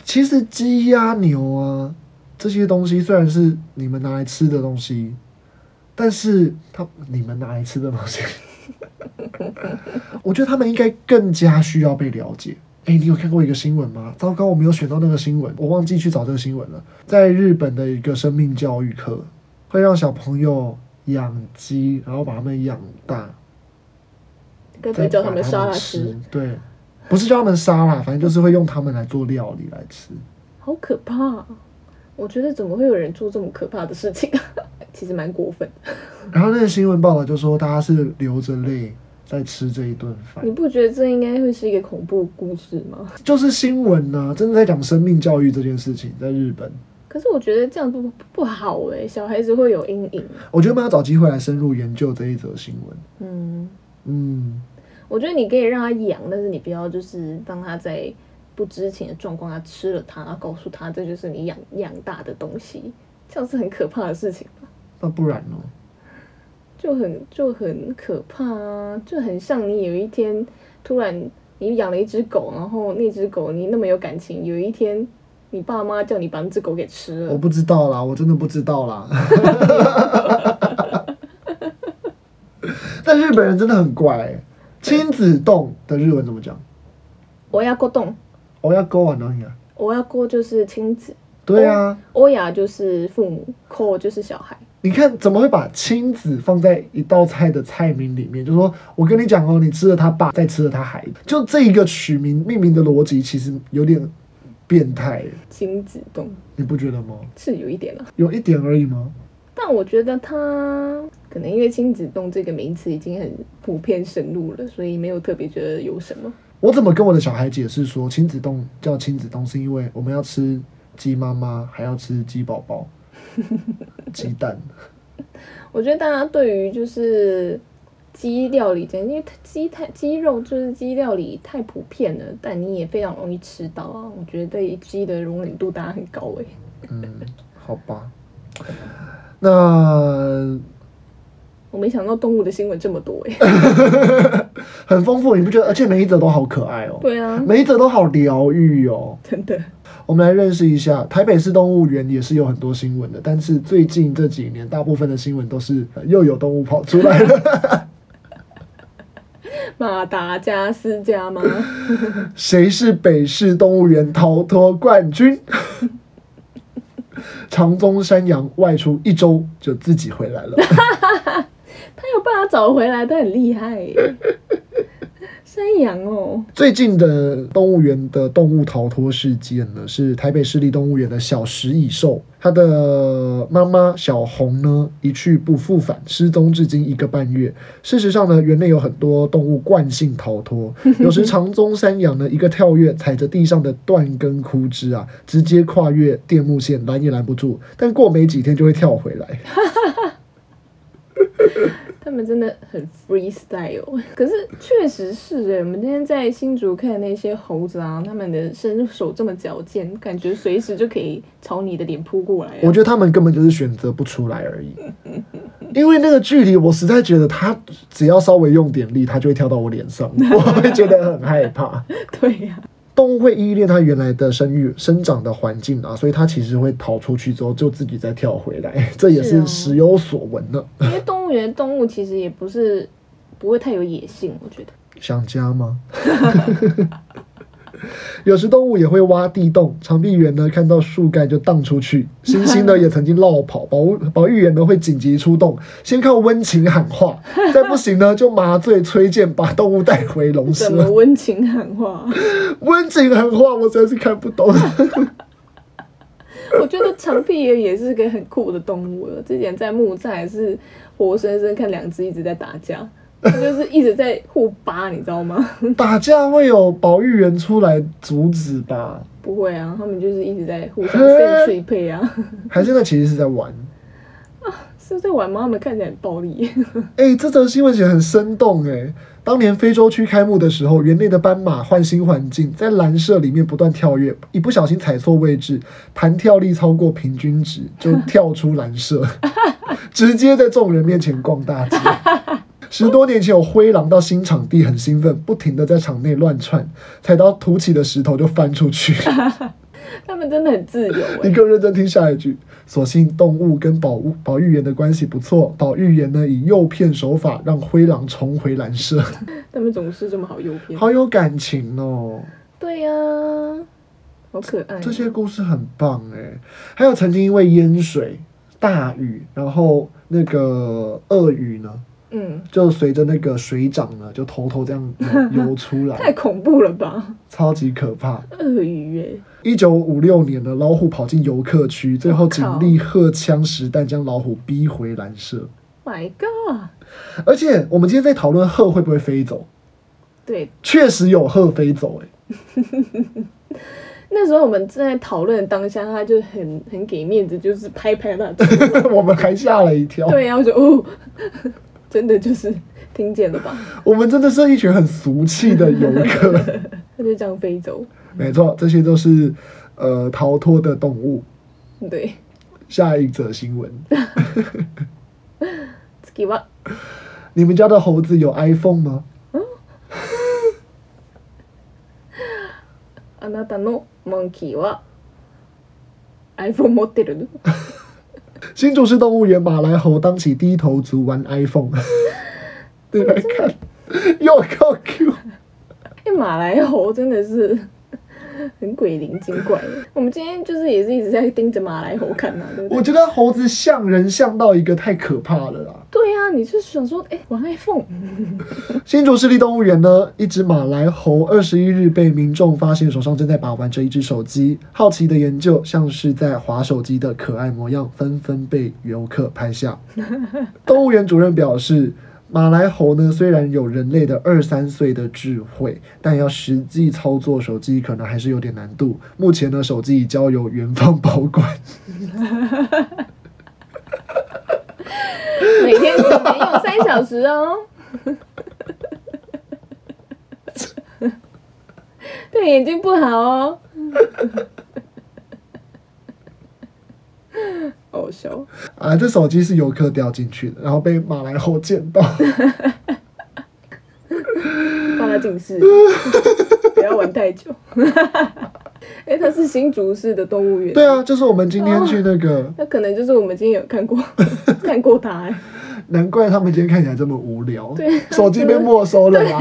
Speaker 1: 其实鸡、鸭、牛啊，这些东西虽然是你们拿来吃的东西，但是他你们拿来吃的东西， 我觉得他们应该更加需要被了解。哎、你有看过一个新闻吗？糟糕，我没有选到那个新闻，我忘记去找这个新闻了。在日本的一个生命教育课，会让小朋友养鸡，然后把它们养大，
Speaker 2: 该不
Speaker 1: 再
Speaker 2: 会叫
Speaker 1: 把
Speaker 2: 他们杀了
Speaker 1: 吃
Speaker 2: 吃？。
Speaker 1: 对，不是叫他们杀啦，反正就是会用它们来做料理来吃。
Speaker 2: 好可怕、啊！我觉得怎么会有人做这么可怕的事情啊？ 其实蛮过分。
Speaker 1: 然后那个新闻报道就说，大家是流着泪在吃这一顿饭
Speaker 2: 你，不觉得这应该会是一个恐怖故事吗？
Speaker 1: 就是新闻呢、真的在讲生命教育这件事情，在日本，
Speaker 2: 可是我觉得这样不不好哎、小孩子会有阴影。
Speaker 1: 我觉得我们要找机会来深入研究这一则新闻。
Speaker 2: 嗯，
Speaker 1: 嗯，
Speaker 2: 我觉得你可以让他养，但是你不要就是让他在不知情的状况下吃了它，然后告诉他这就是你养养大的东西，这样是很可怕的事情吧？
Speaker 1: 那不然呢？
Speaker 2: 就很就很可怕啊，就很像你有一天突然你养了一只狗，然后那只狗你那么有感情，有一天你爸妈叫你把那只狗给吃
Speaker 1: 我
Speaker 2: 了，
Speaker 1: 不知道啦，我真的不知道啦。 但日本人真的很怪、欸，亲子洞的日文怎么讲？
Speaker 2: 我要过动，
Speaker 1: 我要勾啊，哪里啊？
Speaker 2: 我要过就是亲子，
Speaker 1: 对啊，
Speaker 2: 欧雅就是父母，扣就是小孩。
Speaker 1: 你看怎么会把亲子放在一道菜的菜名里面？就说我跟你讲哦，你吃了他爸，再吃了他孩子，就这一个取名命名的逻辑，其实有点变态耶，
Speaker 2: 亲子动
Speaker 1: 你不觉得吗？
Speaker 2: 是有一点啦，
Speaker 1: 有一点而已吗？
Speaker 2: 但我觉得他可能因为亲子动这个名词已经很普遍深入了，所以没有特别觉得有什么。
Speaker 1: 我怎么跟我的小孩解释说亲子冻叫亲子冻，是因为我们要吃鸡妈妈，还要吃鸡宝宝、鸡蛋。
Speaker 2: 我觉得大家对于就是鸡料理这件，因为鸡太鸡肉就是鸡料理太普遍了，但你也非常容易吃到啊。我觉得对鸡的容忍度大家很高欸诶、
Speaker 1: 嗯，好吧。那
Speaker 2: 我没想到动物的新闻这么多欸诶、
Speaker 1: 很丰富，你不觉得？而且每一则都好可爱哦、
Speaker 2: 对啊，
Speaker 1: 每一则都好疗愈哦。
Speaker 2: 真的。
Speaker 1: 我们来认识一下台北市动物园，也是有很多新闻的，但是最近这几年，大部分的新闻都是呃又有动物跑出来了。
Speaker 2: 马达加斯加吗？
Speaker 1: 谁是北市动物园逃脱冠军？ 长鬃山羊外出一周就自己回来了，
Speaker 2: 他有办法找回来，他很厉害耶。山羊哦，
Speaker 1: 最近的动物园的动物逃脱事件呢，是台北市立动物园的小食蚁兽，它的妈妈小红呢一去不复返，失踪至今一个半月。事实上呢，园内有很多动物惯性逃脱，有时长鬃山羊呢一个跳跃，踩着地上的断根枯枝啊，直接跨越电木线，拦也拦不住，但过没几天就会跳回来。
Speaker 2: 他们真的很 freestyle 哦。可是确实是哎，我们今天在新竹看那些猴子啊，他们的身手这么矫健，感觉随时就可以朝你的脸扑过来啊、
Speaker 1: 我觉得他们根本就是选择不出来而已，因为那个距离，我实在觉得他只要稍微用点力，他就会跳到我脸上， 我会觉得很害怕。
Speaker 2: 对啊呀、
Speaker 1: 动物会依恋它原来的生育生长的环境啊，所以它其实会逃出去之后就自己再跳回来，这也
Speaker 2: 是
Speaker 1: 是
Speaker 2: 哦
Speaker 1: 时有所闻呢。
Speaker 2: 因为动物园的动物其实也不是不会太有野性，我觉得。
Speaker 1: 想家吗？ 有时动物也会挖地洞，长臂猿呢看到树干就荡出去，猩猩呢也曾经落跑，保护保育员呢会紧急出动，先靠温情喊话，再不行呢就麻醉催眠把动物带回笼
Speaker 2: 怎
Speaker 1: 室。
Speaker 2: 么温情喊话？
Speaker 1: 温情喊话我实在是看不 懂，
Speaker 2: 我觉得长臂猿也是个很酷的动物了。之前在木栅也是活生生看两只一直在打架，它就是一直在互扒，你知道吗？
Speaker 1: 打架会有保育员出来阻止吧？
Speaker 2: 不会啊，他们就是一直在互 相 s e 配啊，
Speaker 1: 还是那其实是在玩？
Speaker 2: 是不是在玩吗？他们看起来很暴力。
Speaker 1: 哎、这则新闻写得很生动哎、当年非洲区开幕的时候，园内的斑马换新环境，在蓝舍里面不断跳跃，一不小心踩错位置，弹跳力超过平均值，就跳出蓝舍，直接在众人面前逛大街。十多年前，有灰狼到新场地很兴奋，不停的在场内乱窜，踩到凸起的石头就翻出去。
Speaker 2: 他们真的很自由哎、
Speaker 1: 你给我认真听下一句。所幸动物跟保物保育员的关系不错，保育员呢以诱骗手法让灰狼重回蓝色，
Speaker 2: 他们总是这么好诱骗。
Speaker 1: 好有感情哦。
Speaker 2: 对呀、好可爱。哦
Speaker 1: 这些故事很棒哎、还有曾经因为淹水、大雨，然后那个鳄鱼呢，
Speaker 2: 嗯，
Speaker 1: 就随着那个水涨呢，就偷偷这样游游出
Speaker 2: 太
Speaker 1: 来，
Speaker 2: 恐怖了吧？
Speaker 1: 超级可怕。
Speaker 2: 鳄鱼哎、
Speaker 1: 一九五六年呢，老虎跑进游客区，最后警力荷枪实弹将老虎逼回蓝舍。
Speaker 2: m y，Oh God！
Speaker 1: 而且我们今天在讨论鹤会不会飞走，
Speaker 2: 对，
Speaker 1: 确实有鹤飞走、欸，
Speaker 2: 那时候我们正在讨论当下，他就很很给面子，就是拍拍他的头。
Speaker 1: 我们还吓了一跳。
Speaker 2: 对呀、我就哦， 真的就是听见了吧？
Speaker 1: 我们真的是一群很俗气的游客。
Speaker 2: 他就这样飞走。
Speaker 1: 没错，这些都是呃逃脱的动物。
Speaker 2: 对，
Speaker 1: 下一则新闻，
Speaker 2: 自己吧。
Speaker 1: 你们家的猴子有 iPhone 吗？
Speaker 2: あなたのモンキーは iPhone 持ってる？
Speaker 1: 新竹市动物园马来猴当起低头族玩 iPhone，你来看，又够 Q。
Speaker 2: 哎、马来猴真的是很鬼灵精怪的。我们今天就是也是一直在盯着马来猴看呐、对不
Speaker 1: 我
Speaker 2: 对？
Speaker 1: 觉得猴子像人像到一个太可怕了啦。
Speaker 2: 对呀、你就想说，哎、玩 iPhone，
Speaker 1: 新竹市立动物园呢，一只马来猴二十一日被民众发现手上正在把玩着一只手机，好奇的研究像是在划手机的可爱模样，纷纷被游客拍下。动物园主任表示。马来猴呢，虽然有人类的二三岁的智慧，但要实际操作手机可能还是有点难度。目前呢，手机已交由园方保管。
Speaker 2: 每天只能用三小时 哦。对眼睛不好哦。好笑。
Speaker 1: 啊，这手机是游客掉进去的，然后被马来猴捡到。
Speaker 2: 放他近 视，不要玩太 久。哎、它是新竹市的动物园，
Speaker 1: 对，啊，就是我们今天去那个，
Speaker 2: 那可能就是我们今天有看 过看过它、哎
Speaker 1: 难怪他们今天看起来这么无聊。 手机被没收了啦。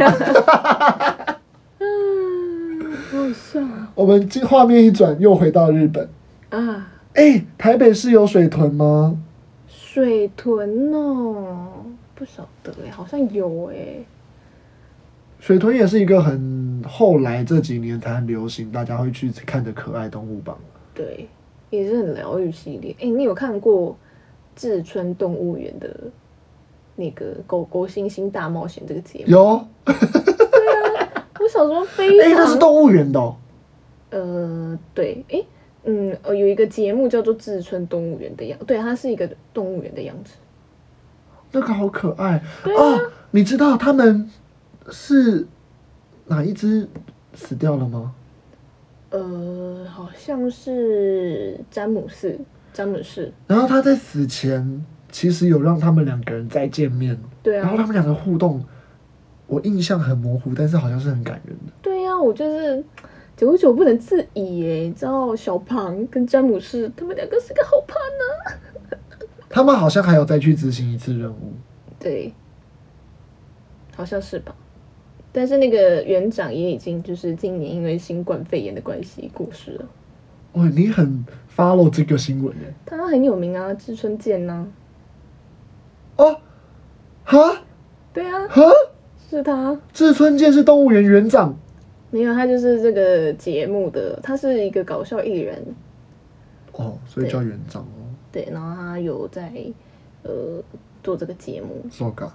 Speaker 2: 嗯，好好笑啊
Speaker 1: 我们这画面一转，又回到日本。
Speaker 2: 啊！
Speaker 1: 哎、台北市有水豚吗？
Speaker 2: 水豚哦，不晓得哎、好像有哎、
Speaker 1: 水豚也是一个很后来这几年才很流行，大家会去看的可爱动物吧。
Speaker 2: 对，也是很疗愈系列。哎、你有看过志村动物园的那个《狗狗星星大冒险》这个节目？
Speaker 1: 有，
Speaker 2: 我小时候非
Speaker 1: 哎、
Speaker 2: 常
Speaker 1: 那是动物园的、哦。
Speaker 2: 呃，对，诶，嗯，呃，有一个节目叫做《志村动物园的样》，对，它是一个动物园的样子。
Speaker 1: 那个好可爱
Speaker 2: 对
Speaker 1: 哦！你知道他们是哪一只死掉了吗？
Speaker 2: 呃，好像是詹姆斯，詹姆斯，
Speaker 1: 然后他在死前其实有让他们两个人再见面，
Speaker 2: 对
Speaker 1: 然后他
Speaker 2: 啊，
Speaker 1: 们两个互动，我印象很模糊，但是好像是很感人的。
Speaker 2: 对呀、我就是久久不能自已耶，你知道小庞跟詹姆斯他们两个是个好 partner。
Speaker 1: 他们好像还有再去执行一次任务，
Speaker 2: 对，好像是吧。但是那个园长也已经就是今年因为新冠肺炎的关系过世了。
Speaker 1: 哇，哦你很 follow 这个新闻耶？
Speaker 2: 他很有名啊，志村健呐、
Speaker 1: 哦，哈
Speaker 2: 对啊，
Speaker 1: 哈，
Speaker 2: 是他。
Speaker 1: 志村健是动物园园长，
Speaker 2: 没有，他就是这个节目的，他是一个搞笑艺人，
Speaker 1: 哦，所以叫园长哦。
Speaker 2: 对，然后他有在呃做这个节目。
Speaker 1: so g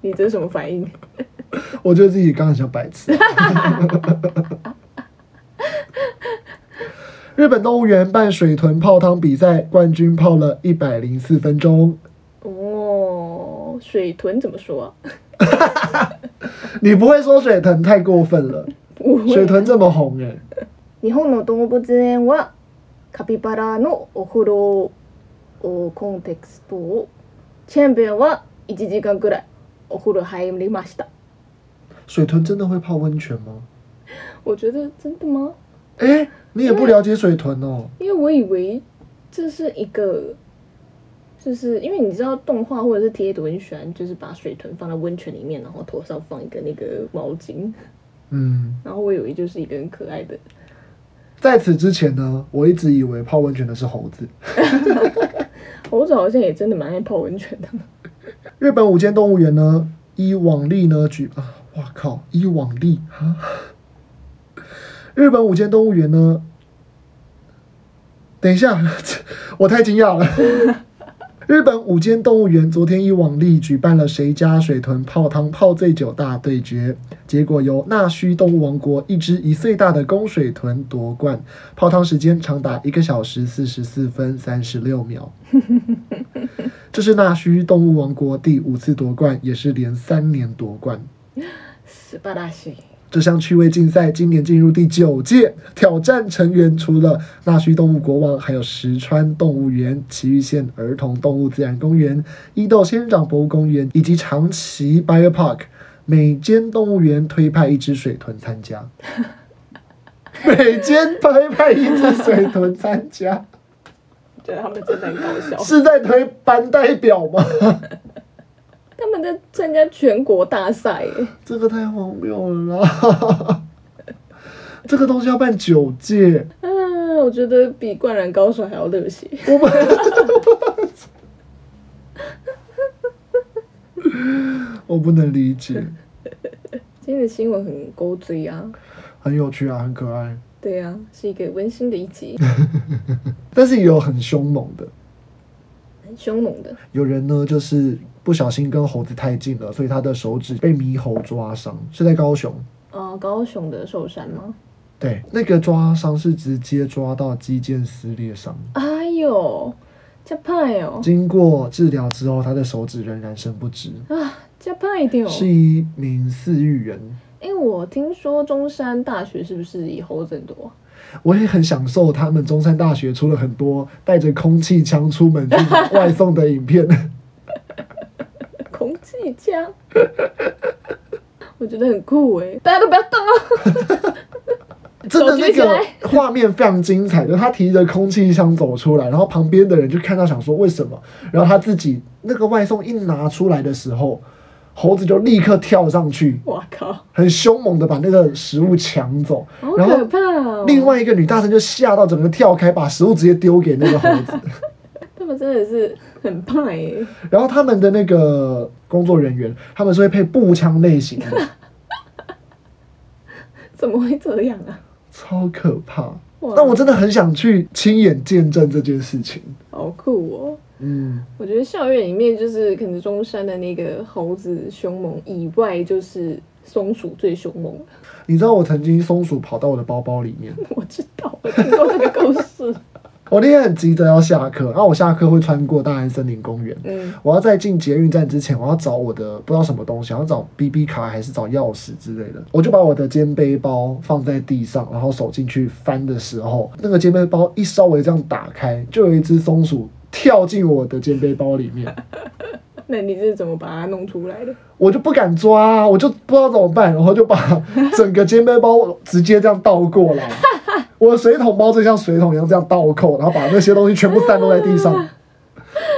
Speaker 2: 你这是什么反应？
Speaker 1: 我觉得自己刚刚很像白痴。 日本动物园办水豚泡汤比赛，冠军泡了一百零四分钟。
Speaker 2: 哦，水豚怎么说、 啊？
Speaker 1: 你不会说水豚太过分了，
Speaker 2: 不会
Speaker 1: 水豚这么红哎、
Speaker 2: 日本の動物園はカピバラのお風呂をコンテクストをチェンベンは1時間くらいお風呂入りました。
Speaker 1: 水豚真的会泡温泉吗？
Speaker 2: 我觉得真的吗？
Speaker 1: 哎、你也不了解水豚哦，
Speaker 2: 因为我以为这是一个，就是因为你知道动画或者是贴图很喜欢，就是把水豚放在温泉里面，然后头上放一个那个毛巾，
Speaker 1: 嗯。
Speaker 2: 然后我以为就是一个很可爱的，
Speaker 1: 在此之前呢，我一直以为泡温泉的是猴子。
Speaker 2: 猴子好像也真的蛮爱泡温 泉的。
Speaker 1: 日本五间动物园呢，依往例呢举啊，哇靠，依往例啊。日本五间动物园呢，等一下， 我太惊讶了。日本五间动物园昨天依往例举办了谁家水豚泡汤泡最久大对决，结果由纳须动物王国一只一岁大的公水豚夺冠，泡汤时间长达一个小时四十四分三十六秒。这是纳须动物王国第五次夺冠，也是连三年夺冠。
Speaker 2: 斯巴达西，
Speaker 1: 这项趣味竞赛今年进入第九届，挑战成员除了纳须动物国王，还有石川动物园、崎玉县儿童动物自然公园、伊豆仙人掌博物公园以及长崎 Bio Park。每间动物园推派一只水豚参加，每间推派一只水豚参加，
Speaker 2: 对他们真的很搞笑。
Speaker 1: 是在推班代表吗？
Speaker 2: 他们在参加全国大赛耶，
Speaker 1: 这个太荒谬了啦！ 这个东西要办九届，
Speaker 2: 嗯、我觉得比《灌篮高手》还要热血。
Speaker 1: 我们我不能理解，
Speaker 2: 今天的新闻很勾追啊，
Speaker 1: 很有趣啊，很可爱，
Speaker 2: 对啊，是一个温馨的一集，
Speaker 1: 但是也有很凶猛的。
Speaker 2: 很凶猛的。
Speaker 1: 有人呢，就是不小心跟猴子太近了，所以他的手指被猕猴抓伤，是在高雄。
Speaker 2: 呃，高雄的寿山吗？
Speaker 1: 对，那个抓伤是直接抓到肌腱撕裂伤，
Speaker 2: 哎呦，加派哦，
Speaker 1: 经过治疗之后，他的手指仍然伸不直。
Speaker 2: 啊，加派一点哦。
Speaker 1: 是一名饲育员，
Speaker 2: 哎、我听说中山大学是不是以猴子很多啊？
Speaker 1: 我也很享受他们中山大学出了很多带着空气枪出门去外送的影片。
Speaker 2: 空气枪，我觉得很酷哎，大家都不要动啊！
Speaker 1: 真的那
Speaker 2: 手举起
Speaker 1: 个
Speaker 2: 来
Speaker 1: 画面非常精彩，就是他提着空气枪走出来，然后旁边的人就看到想说为什么，然后他自己那个外送一拿出来的时候，猴子就立刻跳上去，
Speaker 2: 我靠，
Speaker 1: 很凶猛的把那个食物抢走，
Speaker 2: 好
Speaker 1: 然后
Speaker 2: 可怕哦！
Speaker 1: 另，外一个女大生就吓到整个跳开，把食物直接丢给那个猴子。
Speaker 2: 他们真的是很派哎，
Speaker 1: 然后他们的那个工作人员，他们是会配步枪类型的，
Speaker 2: 怎么会这样啊？
Speaker 1: 超可怕
Speaker 2: 哇。
Speaker 1: 但我真的很想去亲眼见证这件事情。
Speaker 2: 好酷哦！
Speaker 1: 嗯，
Speaker 2: 我觉得校园里面就是可能中山的那个猴子凶猛以外，就是松鼠最凶猛了。
Speaker 1: 你知道我曾经松鼠跑到我的包包里面，
Speaker 2: 我知道，我听过这个故事。
Speaker 1: 我那天很急着要下课，啊然后我下课会穿过大安森林公园。
Speaker 2: 嗯，
Speaker 1: 我要在进捷运站之前，我要找我的不知道什么东西，我要找 B B 卡还是找钥匙之类的。我就把我的肩背包放在地上，然后手进去翻的时候，那个肩背包一稍微这样打开，就有一只松鼠跳进我的肩背包里面，
Speaker 2: 那你是怎么把它弄出来的？
Speaker 1: 我就不敢抓，啊我就不知道怎么办，然后就把 整个肩背包直接这样倒过来，我的水桶包就像水桶一样这样倒扣，然后把那些东西全部散落在地上。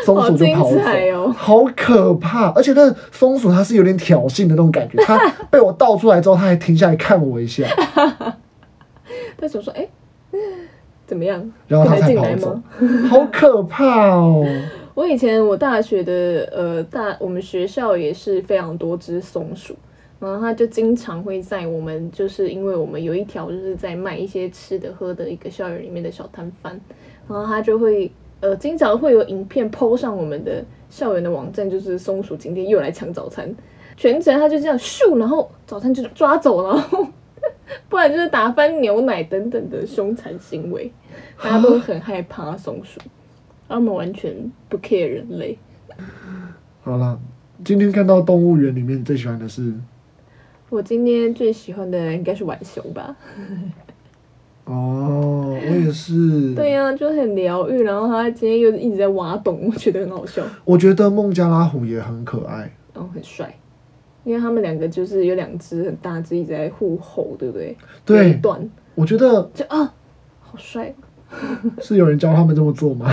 Speaker 1: 松
Speaker 2: 好
Speaker 1: 鼠就
Speaker 2: 精
Speaker 1: 跑走，
Speaker 2: 彩哦！
Speaker 1: 好可怕！而且那松鼠它是有点挑衅的那种感觉，它被我倒出来之后，它还停下来看我一下，
Speaker 2: 他想说，哎、怎么样？
Speaker 1: 然后它
Speaker 2: 赶快
Speaker 1: 才
Speaker 2: 进
Speaker 1: 跑
Speaker 2: 来
Speaker 1: 走
Speaker 2: 吗？，
Speaker 1: 好可怕哦！
Speaker 2: 我以前我大学的呃大我们学校也是非常多只松鼠，然后它就经常会在我们就是因为我们有一条就是在卖一些吃的喝的一个校园里面的小摊贩，然后它就会呃经常会有影片 PO 上我们的校园的网站，就是松鼠今天又来抢早餐，全程它就这样咻，然后早餐就抓走，然后 不然就是打翻牛奶等等的凶残行为，大家都很害怕松鼠。他们完全不 care 人类。
Speaker 1: 好啦，今天看到动物园里面，你最喜欢的是
Speaker 2: 我今天最喜欢的应该是浣熊吧？
Speaker 1: 哦，我也是，
Speaker 2: 对呀、就很疗愈。然后它今天又一直在挖洞， 我觉得很好笑，
Speaker 1: 我觉得孟加拉虎也很可爱。
Speaker 2: 然后很帅。因为他们两个就是有两只很大只一直在互吼，对不对？有
Speaker 1: 对，
Speaker 2: 一段
Speaker 1: 我觉得
Speaker 2: 就啊，好帅，
Speaker 1: 是有人教他们这么做 吗？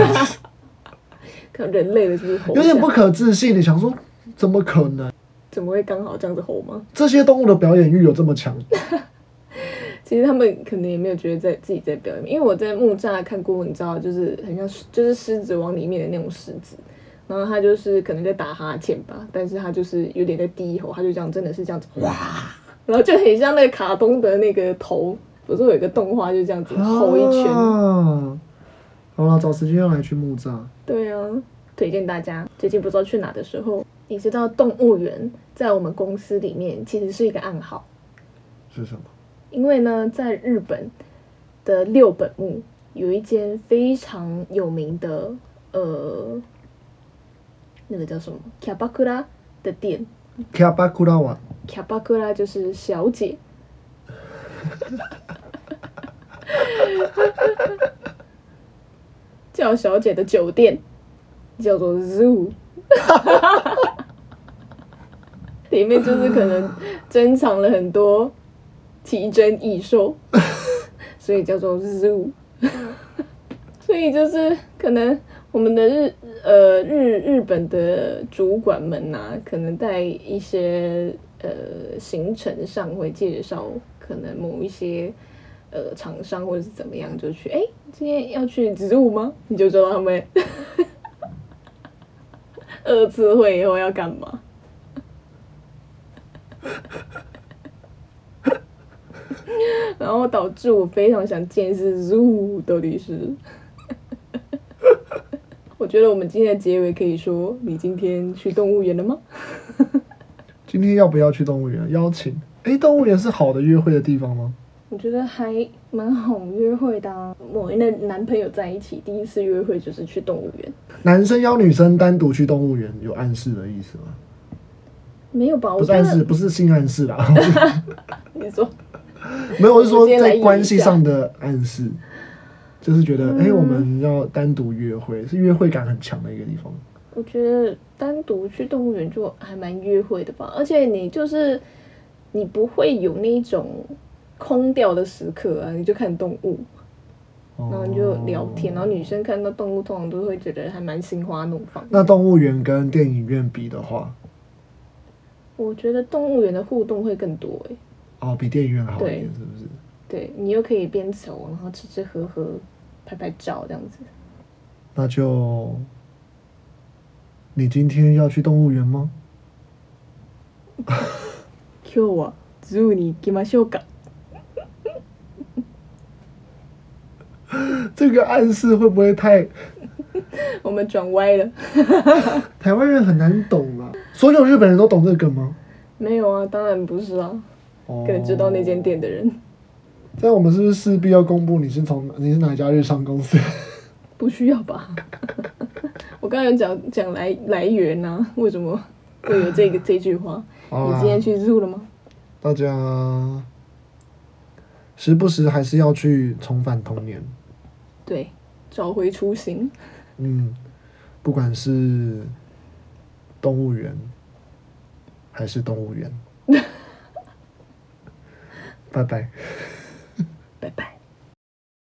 Speaker 2: 看人类的就是吼
Speaker 1: 有点
Speaker 2: 这样
Speaker 1: 不可置信。你想说，怎么可能？
Speaker 2: 怎么会刚好这样子吼吗？
Speaker 1: 这些动物的表演欲有这么强？
Speaker 2: 其实他们可能也没有觉得在自己在表演，因为我在木栅看过文章，就是很像狮就是《狮子王》里面的那种狮子，然后他就是可能在打哈欠吧，但是他就是有点在低吼，他就这样真的是这样子哇，然后就很像那个卡通的那个头，不是有一个动画就这样子吼一圈，
Speaker 1: 啊好了，找时间要来去木栅。
Speaker 2: 对啊，推荐大家最近不知道去哪的时候，你知道动物园在我们公司里面其实是一个暗号，
Speaker 1: 是什么？
Speaker 2: 因为呢，在日本的六本木有一间非常有名的呃，那个叫什么 k a b a k u r a 的店
Speaker 1: k a b a k u r a w a
Speaker 2: k a b a k u r a 就是小姐。 叫小姐的酒店叫做 Zoo，里面就是可能珍藏了很多奇珍异兽，所以叫做 zoo。所以就是可能我们的日呃日日本的主管们呐、可能在一些呃行程上会介绍可能某一些呃厂商或者是怎么样，就去哎、今天要去植物吗？你就知道他们 二次会以后要干嘛。 然后导致我非常想见识 zoo 到底是。我觉得我们今天的结尾可以说：“你今天去动物园了吗
Speaker 1: 今天要不要去动物园？邀请？诶，动物园是好的约会的地方吗？？”
Speaker 2: 我觉得还蛮好约会的、啊。我那男朋友在一起第一次约会就是去动物园，
Speaker 1: 男生邀女生单独去动物园，有暗示的意思吗？
Speaker 2: 没有吧？我
Speaker 1: 不是
Speaker 2: 觉
Speaker 1: 暗示，
Speaker 2: 得
Speaker 1: 不是性暗示啦，
Speaker 2: 你说
Speaker 1: 没有，我是说
Speaker 2: 直接来
Speaker 1: 在
Speaker 2: 演
Speaker 1: 关
Speaker 2: 一
Speaker 1: 系
Speaker 2: 下嗯
Speaker 1: 上的暗示，就是觉得哎诶，我们要单独约会，是约会感很强的一个地方。
Speaker 2: 我觉得单独去动物园就还蛮约会的吧，而且你就是你不会有那种空掉的时刻啊，你就看动物，
Speaker 1: 哦
Speaker 2: 然后你就聊天，然后女生看到动物通常都会觉得还蛮心花怒放。
Speaker 1: 那动物园跟电影院比的话，
Speaker 2: 我觉得动物园的互动会更多欸诶、
Speaker 1: 哦，比电影院好一
Speaker 2: 对
Speaker 1: 点，是不是？
Speaker 2: 对你又可以边走，然后吃吃喝喝，拍拍照这样子。
Speaker 1: 那就你今天要去动物园吗？
Speaker 2: 今日はズーに行きましょうか。
Speaker 1: 这个暗示会不会太
Speaker 2: 我们转歪了。
Speaker 1: 台湾人很难懂啊？所有日本人都懂这个梗吗？
Speaker 2: 没有啊，当然不是啊，
Speaker 1: 哦
Speaker 2: 可能知道那间。店的人
Speaker 1: 但我们是不是势必要公布你是从你是哪一家日商公司？
Speaker 2: 不需要吧？ 我刚刚有讲讲来来源啊，为什么会有这个这句话？
Speaker 1: 好
Speaker 2: 你
Speaker 1: 啦
Speaker 2: 今天去 zoo 了吗？
Speaker 1: 大家时不时还是要去重返童年。
Speaker 2: 对，找回初心。
Speaker 1: 嗯，不管是动物园 还是动物园，拜拜。